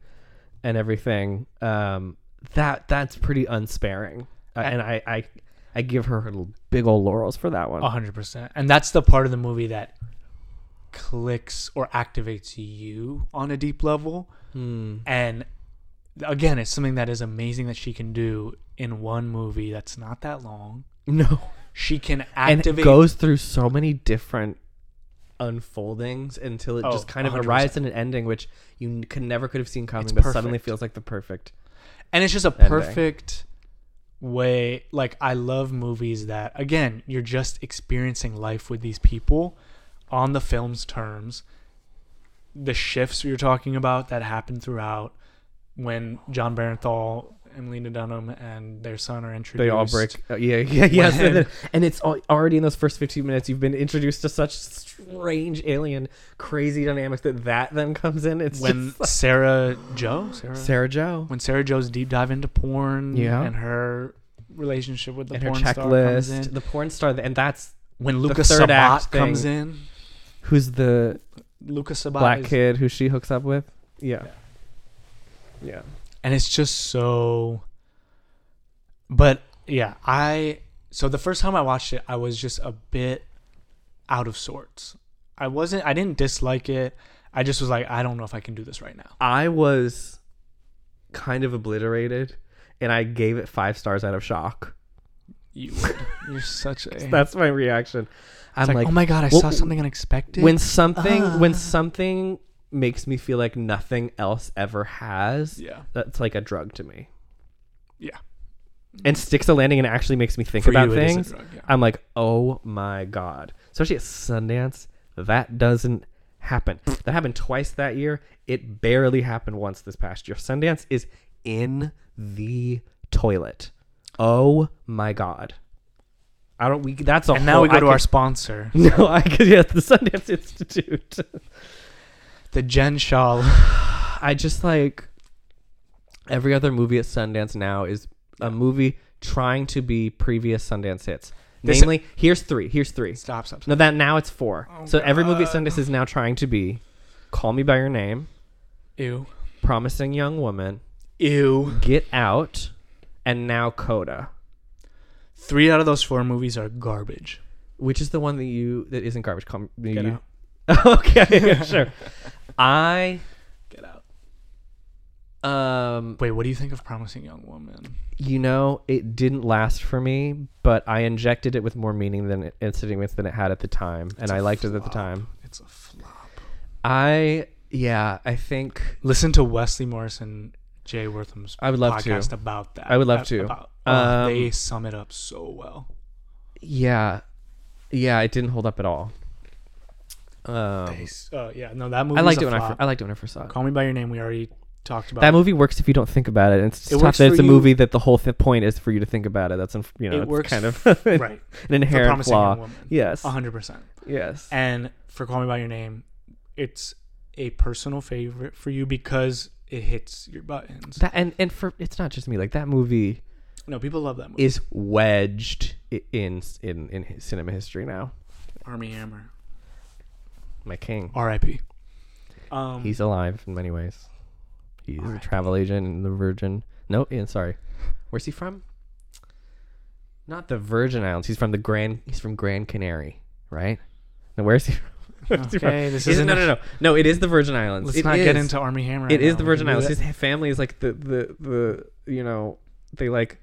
S2: and everything um that that's pretty unsparing uh, and I, I i give her her big old laurels for that one
S3: A hundred percent, and that's the part of the movie that clicks or activates you on a deep level.
S2: Hmm.
S3: And again, it's something that is amazing that she can do in one movie that's not that long.
S2: no
S3: She can
S2: and it
S3: activate.
S2: goes through so many different unfoldings until it
S3: Oh,
S2: just kind of
S3: 100%.
S2: arrives in an ending which you n- could never could have seen coming
S3: It's
S2: but suddenly
S3: perfect.
S2: feels like the perfect
S3: and it's just a
S2: Ending.
S3: perfect way like i love movies that again you're just experiencing life with these people on the film's terms the shifts you're talking about that happen throughout when john Barenthal and Lena Dunham and their son are introduced.
S2: they all break. uh, yeah, yeah, yes.
S3: When-
S2: And, then- and it's al- already in those first 15 minutes, you've been introduced to such strange alien, crazy dynamics that that then comes in. It's
S3: When
S2: when
S3: Sarah Joe, Sarah,
S2: Sarah Joe
S3: when Sarah Joe's deep dive into porn,
S2: Yeah.
S3: and her relationship with the
S2: and her
S3: porn star comes
S2: checklist,
S3: in.
S2: the porn star, and that's
S3: When Lucas
S2: third
S3: Sabat
S2: act
S3: comes
S2: thing.
S3: in,
S2: who's the
S3: Lucas Sabat
S2: black
S3: is
S2: kid who she hooks up with. Yeah. Yeah.
S3: and it's just so but yeah i so the first time i watched it i was just a bit out of sorts i wasn't i didn't dislike it i just was like i don't know if i can do this right now
S2: I was kind of obliterated and I gave it five stars out of shock.
S3: You would. You're such a.
S2: That's my reaction. I'm
S3: it's like,
S2: like,
S3: oh my god, I
S2: well,
S3: saw something unexpected.
S2: when something when
S3: Ah.
S2: something makes me feel like nothing else ever has,
S3: yeah,
S2: that's like a drug to me.
S3: Yeah.
S2: And sticks a landing and actually makes me think
S3: For
S2: about
S3: you, it is a
S2: things.
S3: drug, yeah.
S2: I'm like, oh my god. Especially at Sundance, that doesn't happen. That happened twice that year. It barely happened once this past year. Sundance is in the toilet. Oh my god. I don't. We that's a.
S3: and now we
S2: whole-
S3: go
S2: I
S3: to our
S2: could-
S3: sponsor,
S2: No, I could. Yeah, the Sundance Institute.
S3: the Jen Shaw.
S2: I just like every other movie at Sundance now is a movie trying to be previous Sundance hits.
S3: This-
S2: Namely, here's three. Here's three.
S3: stop, stop, stop.
S2: No, that now it's four.
S3: Oh,
S2: so every movie at
S3: God.
S2: Sundance is now trying to be Call Me by Your Name,
S3: Ew,
S2: Promising Young Woman,
S3: ew.
S2: Get Out, and now Coda,
S3: Three out of those four movies are garbage.
S2: which is the one that you that isn't garbage. Call me,
S3: Get
S2: you-
S3: out,
S2: okay, sure. I
S3: get out.
S2: um
S3: Wait, what do you think of Promising Young Woman?
S2: you know, it didn't last for me, but I injected it with more meaning than it, and significance than it had at the time, and
S3: I
S2: I liked it at the time.
S3: It's a flop.
S2: I yeah, I think
S3: Listen to Wesley Morris and Jay Wortham's
S2: I would love to.
S3: podcast about that.
S2: I would love
S3: Ab-
S2: to.
S3: About, oh,
S2: Um,
S3: they sum it up so well.
S2: yeah, yeah, it didn't hold up at all. Um,
S3: They s- uh, yeah, no, that movie.
S2: I liked
S3: a
S2: it when I
S3: flop. Uh,
S2: fir- I liked it when I first saw it.
S3: Call Me by Your Name. We already talked about
S2: That movie works if you don't think about it. and It's
S3: It
S2: tough
S3: works
S2: that it's
S3: for
S2: a
S3: you-
S2: movie that the whole th- point is for you to think about it. That's unf- you know,
S3: It
S2: it's
S3: works
S2: kind of
S3: right.
S2: an
S3: For
S2: inherent
S3: Promising Young
S2: flaw.
S3: Woman.
S2: Yes,
S3: A hundred percent.
S2: yes,
S3: And for Call Me by Your Name, it's a personal favorite for you because it hits your buttons.
S2: that and and for it's not just me. Like that movie.
S3: no, people love that movie.
S2: is wedged i- in in in hi- cinema history now.
S3: Army Hammer,
S2: My king,
S3: R.I.P. Um,
S2: he's alive in many ways. He's a
S3: R.I.P..
S2: travel agent in the Virgin. No, Ian, sorry. Where's he from? Not the Virgin Islands. He's from the Grand. He's from Grand Canary, right? No, where's he? From? Where's he from?
S3: okay. This
S2: Is it-
S3: isn't.
S2: no, no, no, no. It is the Virgin Islands.
S3: Let's
S2: It
S3: not get
S2: is.
S3: into Army Hammer.
S2: It is the
S3: right
S2: Virgin
S3: now. We
S2: Islands.
S3: can do
S2: His ha- family is like the the the you know they like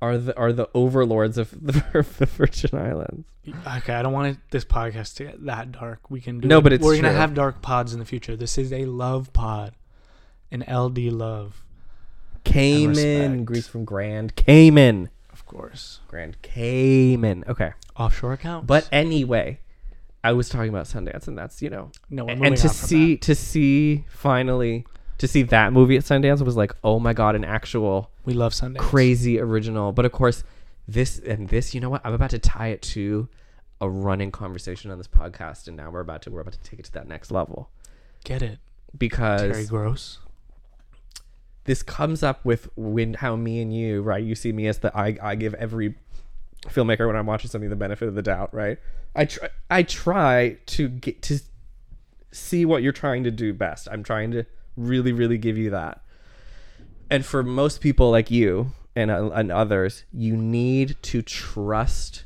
S2: are the are the overlords of the, the Virgin Islands.
S3: that. Okay, I don't want it, this podcast to get that dark. We can do.
S2: No,
S3: it.
S2: but it's
S3: we're gonna
S2: true.
S3: have dark pods in the future. This is a love pod, an LD love,
S2: Cayman,
S3: respect.
S2: Greece from Grand Cayman,
S3: of course.
S2: Grand Cayman. Okay,
S3: Offshore accounts,
S2: but anyway, I was talking about Sundance, and that's you know,
S3: no. we're moving
S2: and
S3: on
S2: to
S3: from
S2: see to see finally to see that movie at Sundance was like, oh my god, an actual
S3: that. we love Sunday.
S2: crazy original. But of course, this and this, you know what? I'm about to tie it to a running conversation on this podcast, and now we're about to we're about to take it to that next level
S3: Get it, Terry
S2: because
S3: Gross.
S2: this comes up with when how me and you right you see me as the i, I give every filmmaker when i'm watching something the benefit of the doubt right i try i try to get to see what you're trying to do best i'm trying to really really give you that and for most people like you and, uh, and others you need to trust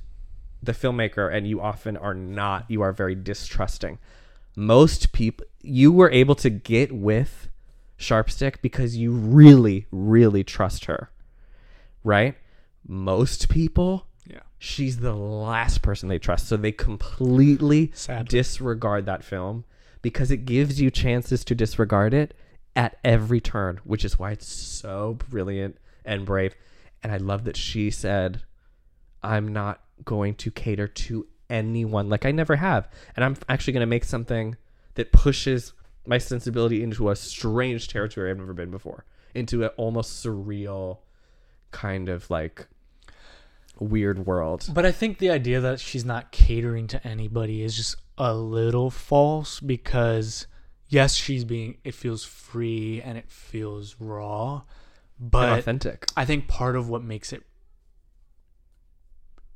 S2: the filmmaker and you often are not you are very distrusting most people you were able to get with sharpstick because you really really trust her right most people
S3: Yeah.
S2: she's the last person they trust so they completely
S3: Sad.
S2: disregard that film because it gives you chances to disregard it at every turn which is why it's so brilliant and brave and i love that she said I'm not going to cater to anyone like I never have. And I'm actually going to make something that pushes my sensibility into a strange territory I've never been before, into an almost surreal kind of like weird world.
S3: But I think the idea that she's not catering to anybody is just a little false because yes, she's being it feels free and it feels raw,
S2: But
S3: but
S2: authentic.
S3: I think part of what makes it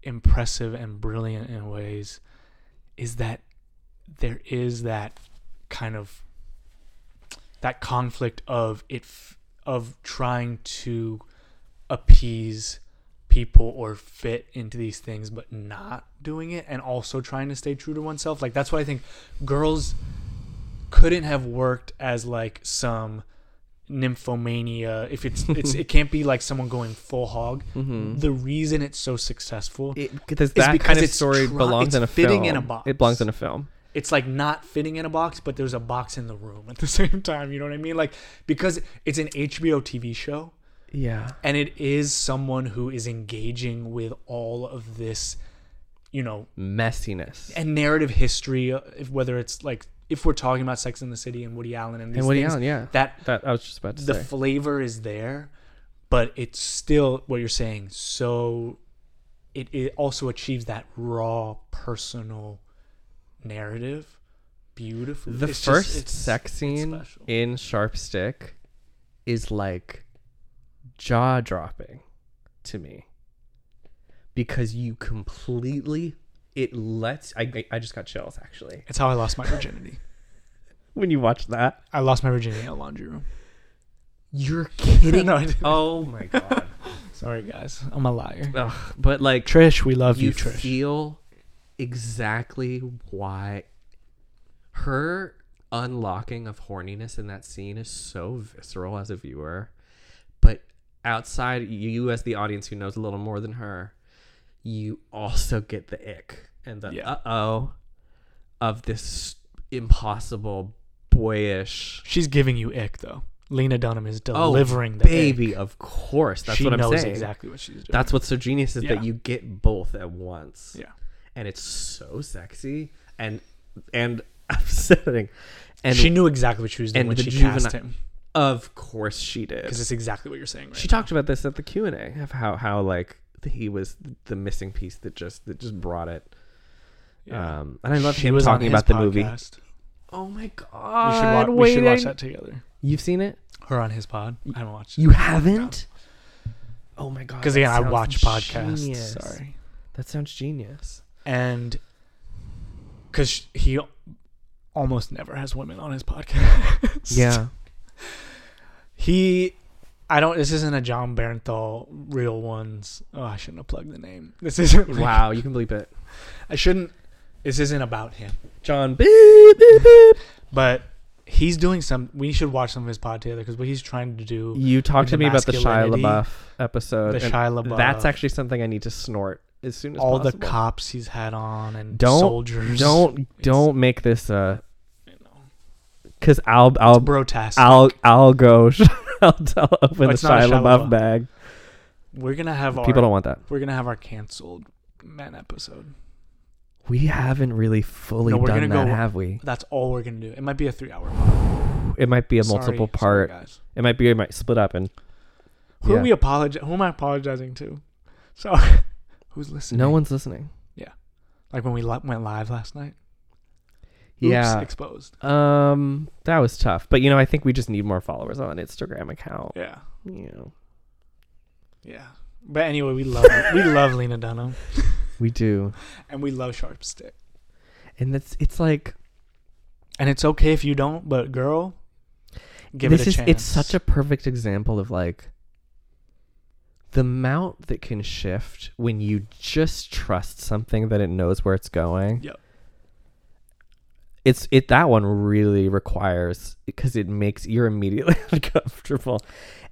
S3: impressive and brilliant in ways is that there is that kind of that conflict of it f- of trying to appease people or fit into these things but not doing it and also trying to stay true to oneself like that's why i think girls couldn't have worked as like some nymphomania if it's it's it can't be like someone going full hog
S2: Mm-hmm.
S3: the reason it's so successful
S2: It, because that
S3: because
S2: kind of
S3: it's
S2: story
S3: try-
S2: belongs
S3: it's
S2: in a
S3: fitting
S2: film.
S3: in a box.
S2: It belongs in a film.
S3: it's like not fitting in a box but there's a box in the room at the same time you know what i mean like because it's an hbo tv show
S2: Yeah.
S3: and it is someone who is engaging with all of this you know
S2: Messiness.
S3: and narrative history uh, if whether it's like if we're talking about sex in the city and woody allen and, these
S2: And Woody
S3: things,
S2: Allen, yeah.
S3: that
S2: That I was just about to
S3: the
S2: say.
S3: flavor is there, but it's still what you're saying. So it, it also achieves that raw personal narrative beautifully.
S2: the
S3: It's just-
S2: first
S3: it's-
S2: sex
S3: it's
S2: scene
S3: special.
S2: in Sharp Stick is like jaw dropping to me because you completely it lets I I- I just got chills actually
S3: It's how I lost my virginity.
S2: when you watch that.
S3: I lost my virginity in a laundry room.
S2: You're kidding.
S3: No, I didn't.
S2: oh my god.
S3: Sorry, guys. I'm a liar.
S2: Ugh, but like
S3: Trish, we love you,
S2: you
S3: Trish.
S2: feel exactly why her unlocking of horniness in that scene is so visceral as a viewer but outside you as the audience who knows a little more than her you also get the ick and the
S3: Yeah.
S2: uh-oh of this impossible boyish
S3: She's giving you ick, though. Lena Dunham is
S2: oh,
S3: delivering the
S2: baby
S3: ick.
S2: of course that's
S3: she
S2: what i'm
S3: knows
S2: saying
S3: exactly what she's doing.
S2: that's what's so genius is
S3: Yeah.
S2: that you get both at once
S3: yeah.
S2: and it's so sexy and and upsetting. And
S3: she knew exactly what she was doing
S2: and
S3: when
S2: the
S3: she
S2: juvenile-
S3: cast him
S2: of course she did.
S3: because it's exactly what you're saying. Right
S2: She talked about this at the Q and A of how how like he was the missing piece that just that just brought it.
S3: Yeah.
S2: Um, and I love
S3: She
S2: him
S3: was on
S2: talking
S3: his
S2: about the movie.
S3: podcast.
S2: Oh my
S3: We should,
S2: god!
S3: watch, we should
S2: wait,
S3: watch
S2: I-
S3: that together.
S2: You've seen it?
S3: Her on his pod. I haven't watched it.
S2: You haven't? Oh my god!
S3: Because
S2: that
S3: again, I
S2: sounds
S3: watch podcasts.
S2: genius.
S3: Sorry.
S2: that sounds genius.
S3: And because he almost never has women on his podcast.
S2: Yeah,
S3: He, I don't, this isn't a John Barenthal real ones. Oh, I shouldn't have plugged the name. This isn't, like-
S2: wow, you can bleep it,
S3: I shouldn't, this isn't about him.
S2: John. Beep, beep, beep.
S3: But he's doing some, we should watch some of his pod together because what he's trying to do.
S2: You talked to
S3: the
S2: me about the Shia
S3: masculinity,
S2: LaBeouf episode.
S3: the
S2: and
S3: Shia LaBeouf.
S2: That's actually something I need to snort as soon as
S3: all
S2: possible.
S3: the cops he's had on and
S2: Don't-
S3: soldiers.
S2: Don't
S3: It's-
S2: don't make this uh,
S3: you know.
S2: because I'll I'll
S3: It's brotastic.
S2: I'll I'll go. I'll, I'll open the
S3: Oh, It's not a
S2: Shia
S3: Shia
S2: LaBeouf
S3: LaBeouf.
S2: bag.
S3: we're gonna have our
S2: People don't want that.
S3: we're gonna have our canceled men episode.
S2: We haven't really fully
S3: No, we're
S2: done
S3: gonna
S2: that,
S3: go-
S2: have we?
S3: That's all we're gonna do. It might be a three hour.
S2: It might be a multiple part.
S3: guys.
S2: it might be it might split up and.
S3: Who
S2: Yeah.
S3: are we apologi- Who am I apologizing to? So, who's listening?
S2: No one's listening.
S3: Like when we li- went live last night. Oops,
S2: Yeah.
S3: Exposed.
S2: Um, that was tough, but you know I think we just need more followers on Instagram account.
S3: Yeah.
S2: You know,
S3: Yeah. But anyway, we love we love Lena Dunham
S2: we do,
S3: and we love Sharp Stick.
S2: and that's it's like
S3: And it's okay if you don't, but girl, give
S2: this
S3: it a
S2: is
S3: chance.
S2: it's such a perfect example of like the amount that can shift when you just trust something that it knows where it's going.
S3: Yep.
S2: It's it that one really requires because it makes you're immediately uncomfortable.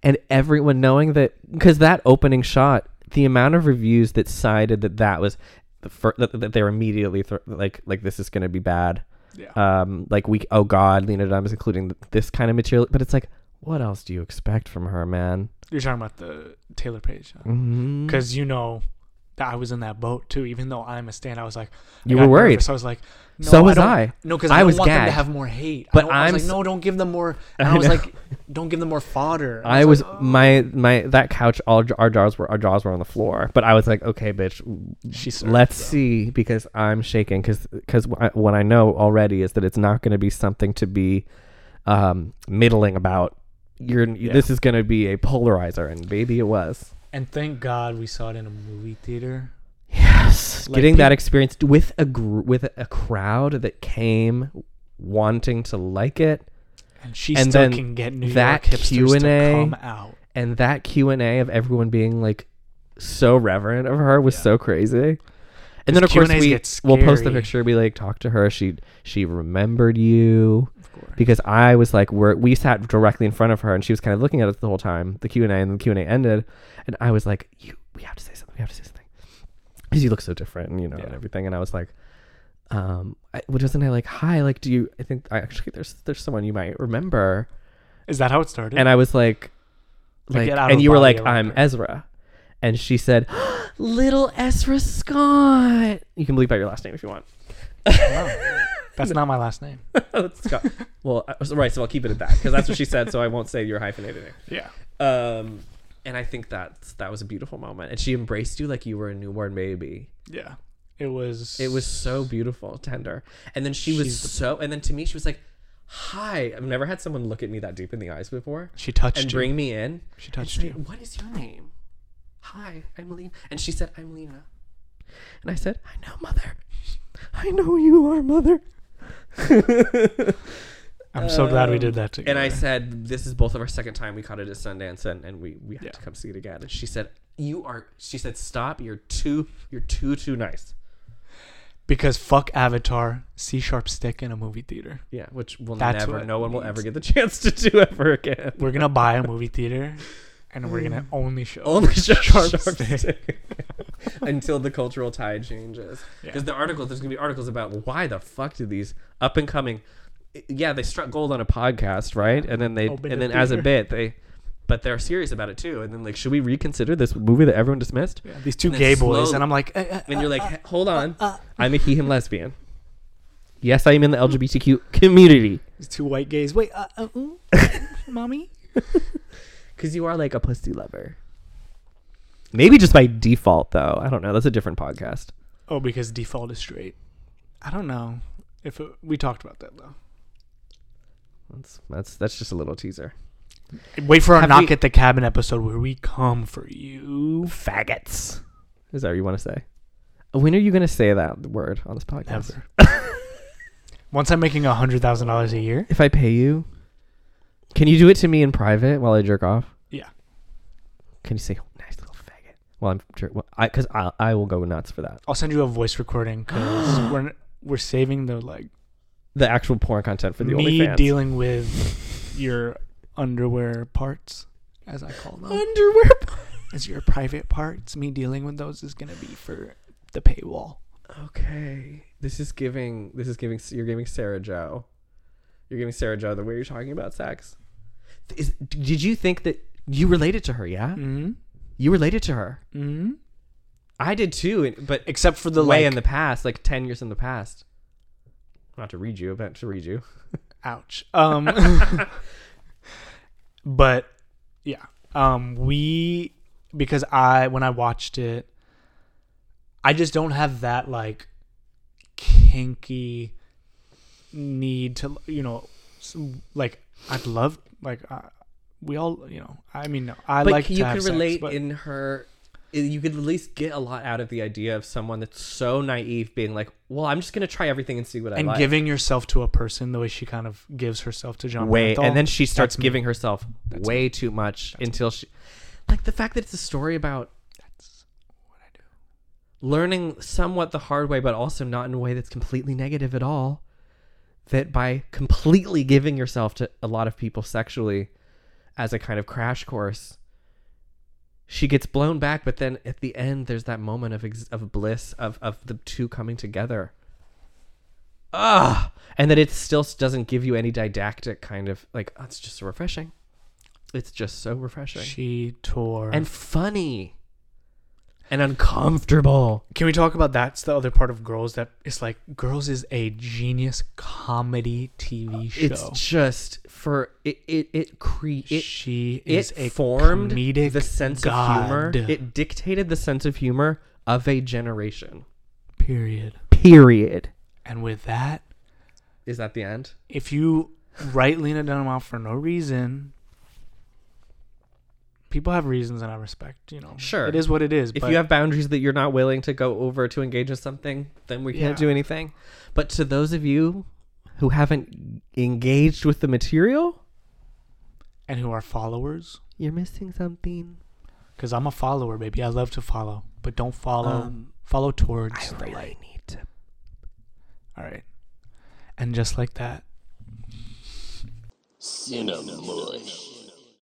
S2: And everyone knowing that cuz that opening shot, the amount of reviews that cited that that was the fir- that, that they were immediately thr like like this is going to be bad
S3: yeah.
S2: um like we oh god lena dunham is including th- this kind of material but it's like what else do you expect from her man
S3: You're talking about the Taylor Page. huh?
S2: mm-hmm.
S3: because you know that I was in that boat too. Even though I'm a stand, I was like, I
S2: You
S3: got
S2: were worried.
S3: nervous. I was like, no,
S2: so
S3: I
S2: was
S3: don't-
S2: i
S3: No, because
S2: I
S3: I, don't
S2: was
S3: want them to
S2: gagged.
S3: have more hate.
S2: But
S3: But I, am
S2: I'm
S3: like,
S2: s-
S3: no, don't give them more. And
S2: I
S3: I, was
S2: know.
S3: like, don't give them more fodder.
S2: i was
S3: like, oh.
S2: my my that couch all j- our jaws were our jaws were on the floor but i was like okay bitch
S3: "Oh." she served,
S2: let's
S3: bro.
S2: see because i'm shaking because because what i know already is that it's not going to be something to be um middling about you're
S3: Yeah.
S2: this is going to be a polarizer and baby it was
S3: And thank God we saw it in a movie theater.
S2: Yes,
S3: Like
S2: getting that
S3: peop-
S2: experience with a gr- with a crowd that came wanting to like it,
S3: And she
S2: And
S3: still
S2: then
S3: can get New
S2: that
S3: York
S2: Q&A
S3: hipsters to come out.
S2: and that Q and A of everyone being like so reverent of her was
S3: Yeah.
S2: so crazy. And then of
S3: Those
S2: course
S3: Q&As
S2: we
S3: get
S2: we'll post the
S3: scary.
S2: picture. We like talk to her. She she remembered you.
S3: Of score.
S2: because I was like, we're, we sat directly in front of her, and she was kind of looking at us the whole time, the Q and A, and the Q and A ended, and I was like, you, we have to say something, we have to say something, because you look so different, and you know, and
S3: Yeah.
S2: everything, and I was like, um, I, well, wasn't I like, hi, like, do you? I think I actually there's there's someone you might remember,
S3: Is that how it started?
S2: and I was like,
S3: Like,
S2: like,
S3: get out
S2: and
S3: of
S2: you were
S3: body,
S2: like,
S3: I
S2: I'm
S3: remember.
S2: Ezra, and she said, little Ezra Scott. You can bleep out your last name if you want.
S3: No. That's not my last name.
S2: Let's go. well, I- so- right. So I'll keep it at that because that's what she said. So I won't say you're hyphenated.
S3: Yeah.
S2: Um, and I think that's that was a beautiful moment. And she embraced you like you were a newborn baby.
S3: Yeah. It was.
S2: It was so beautiful, tender. And then she was
S3: She's the-
S2: so. And then to me, she was like, "Hi." I've never had someone look at me that deep in the eyes before
S3: She touched
S2: and
S3: you.
S2: bring me in.
S3: she
S2: And
S3: touched
S2: say,
S3: you.
S2: What is your name? Hi, I'm Lena. And she said, I'm Lena. And I said, I know, mother. I know you are, mother.
S3: I'm so glad we did
S2: Um,
S3: that together.
S2: And I said, "This is both of our second time. We caught it at Sundance, and, and we we have
S3: Yeah.
S2: to come see it again." And she said, "You are." She said, "Stop. You're too. You're too too nice."
S3: because fuck Avatar, C sharp stick in a movie theater.
S2: Yeah, which will
S3: That's
S2: never.
S3: what
S2: No
S3: it
S2: one will
S3: means.
S2: ever get the chance to do ever again.
S3: We're gonna buy a movie theater, and we're gonna only show
S2: Only sharp,
S3: sharp
S2: sharp
S3: stick.
S2: stick. until the cultural tide changes.
S3: Yeah.
S2: Because the articles, there's gonna be articles about why the fuck did these up and coming, yeah, they struck gold on a podcast, right? And then they,
S3: Opened
S2: and
S3: a
S2: then as a
S3: theater.
S2: bit they, but they're serious about it too. And then like, should we reconsider this movie that everyone dismissed?
S3: Yeah, these two
S2: And then
S3: gay boys,
S2: slowly-
S3: and I'm like, eh, eh,
S2: And you're like,
S3: eh, eh.
S2: "Hey, hold on, I'm a he him lesbian. Yes, I am in the LGBTQ community.
S3: these two white gays. Wait, uh, uh, mm, mommy.
S2: Because you are like a pussy lover. Maybe just by default, though. I don't know. That's a different podcast.
S3: Oh, because default is straight. I don't know if it, we talked about that though.
S2: That's that's that's just a little teaser.
S3: Wait for our
S2: Have
S3: knock
S2: we-
S3: at the cabin episode where we come for you.
S2: Faggots. Is that what you want to say? When are you going to say that word on this podcast?
S3: Never. Once I'm making a hundred thousand dollars a year,
S2: If I pay you, can you do it to me in private while I jerk off?
S3: Yeah.
S2: Can you say "Oh, nice little faggot while I'm jerk? Well, I because I I will go nuts for that.
S3: I'll send you a voice recording because we're we're saving the like
S2: The actual porn content for the
S3: me
S2: OnlyFans.
S3: dealing with your underwear parts, as I call them,
S2: underwear.
S3: as your private parts. Me dealing with those is gonna be for the paywall.
S2: Okay, this is giving. This is giving. You're giving Sarah Joe. You're giving Sarah Joe the way you're talking about sex. Is, did you think that you related to her? Yeah,
S3: Mm-hmm.
S2: you related to her.
S3: Mm-hmm.
S2: I did too, and- but
S3: Except for the
S2: the way
S3: like,
S2: in the past, like ten years in the past. Not to read you, but to read you.
S3: ouch. Um, but yeah, um, we because I when I watched it, I just don't have that like kinky need to you know s- like I'd love like uh, we all you know I mean no, I
S2: but
S3: like
S2: you
S3: to have
S2: could
S3: sex,
S2: relate
S3: but-
S2: in her. eh, You could at least get a lot out of the idea of someone that's so naive, being like, "Well, I'm just gonna try everything and see what I
S3: and
S2: like."
S3: giving yourself to a person the way she kind of gives herself to John
S2: way
S3: Bernthal.
S2: and then she starts
S3: That's me.
S2: giving herself way too much until she like the fact that it's a story about learning somewhat the hard way but also not in a way that's completely negative at all that by completely giving yourself to a lot of people sexually as a kind of crash course she gets blown back but then at the end there's that moment of ex- of bliss of of the two coming together ah and that it still doesn't give you any didactic kind of like oh, it's just so refreshing it's just so refreshing
S3: she tore
S2: and funny and uncomfortable
S3: Can we talk about that's the other part of Girls that it's like Girls is a genius comedy TV show.
S2: it's just for it it it create it,
S3: she is
S2: it
S3: a
S2: formed
S3: comedic
S2: the sense
S3: god,
S2: of humor it dictated the sense of humor of a generation
S3: period.
S2: period
S3: And with that,
S2: is that the end
S3: if you write Lena Dunham off for no reason, people have reasons, and I respect. You know,
S2: Sure.
S3: it is what it is.
S2: if
S3: but
S2: you have boundaries that you're not willing to go over to engage in something, then we can't
S3: Yeah.
S2: do anything. But to those of you who haven't engaged with the material,
S3: and who are followers,
S2: you're missing something.
S3: because I'm a follower, baby. I love to follow, but don't follow.
S2: Um,
S3: follow towards the light.
S2: need to.
S3: All right. And just like that,
S6: Cinemush.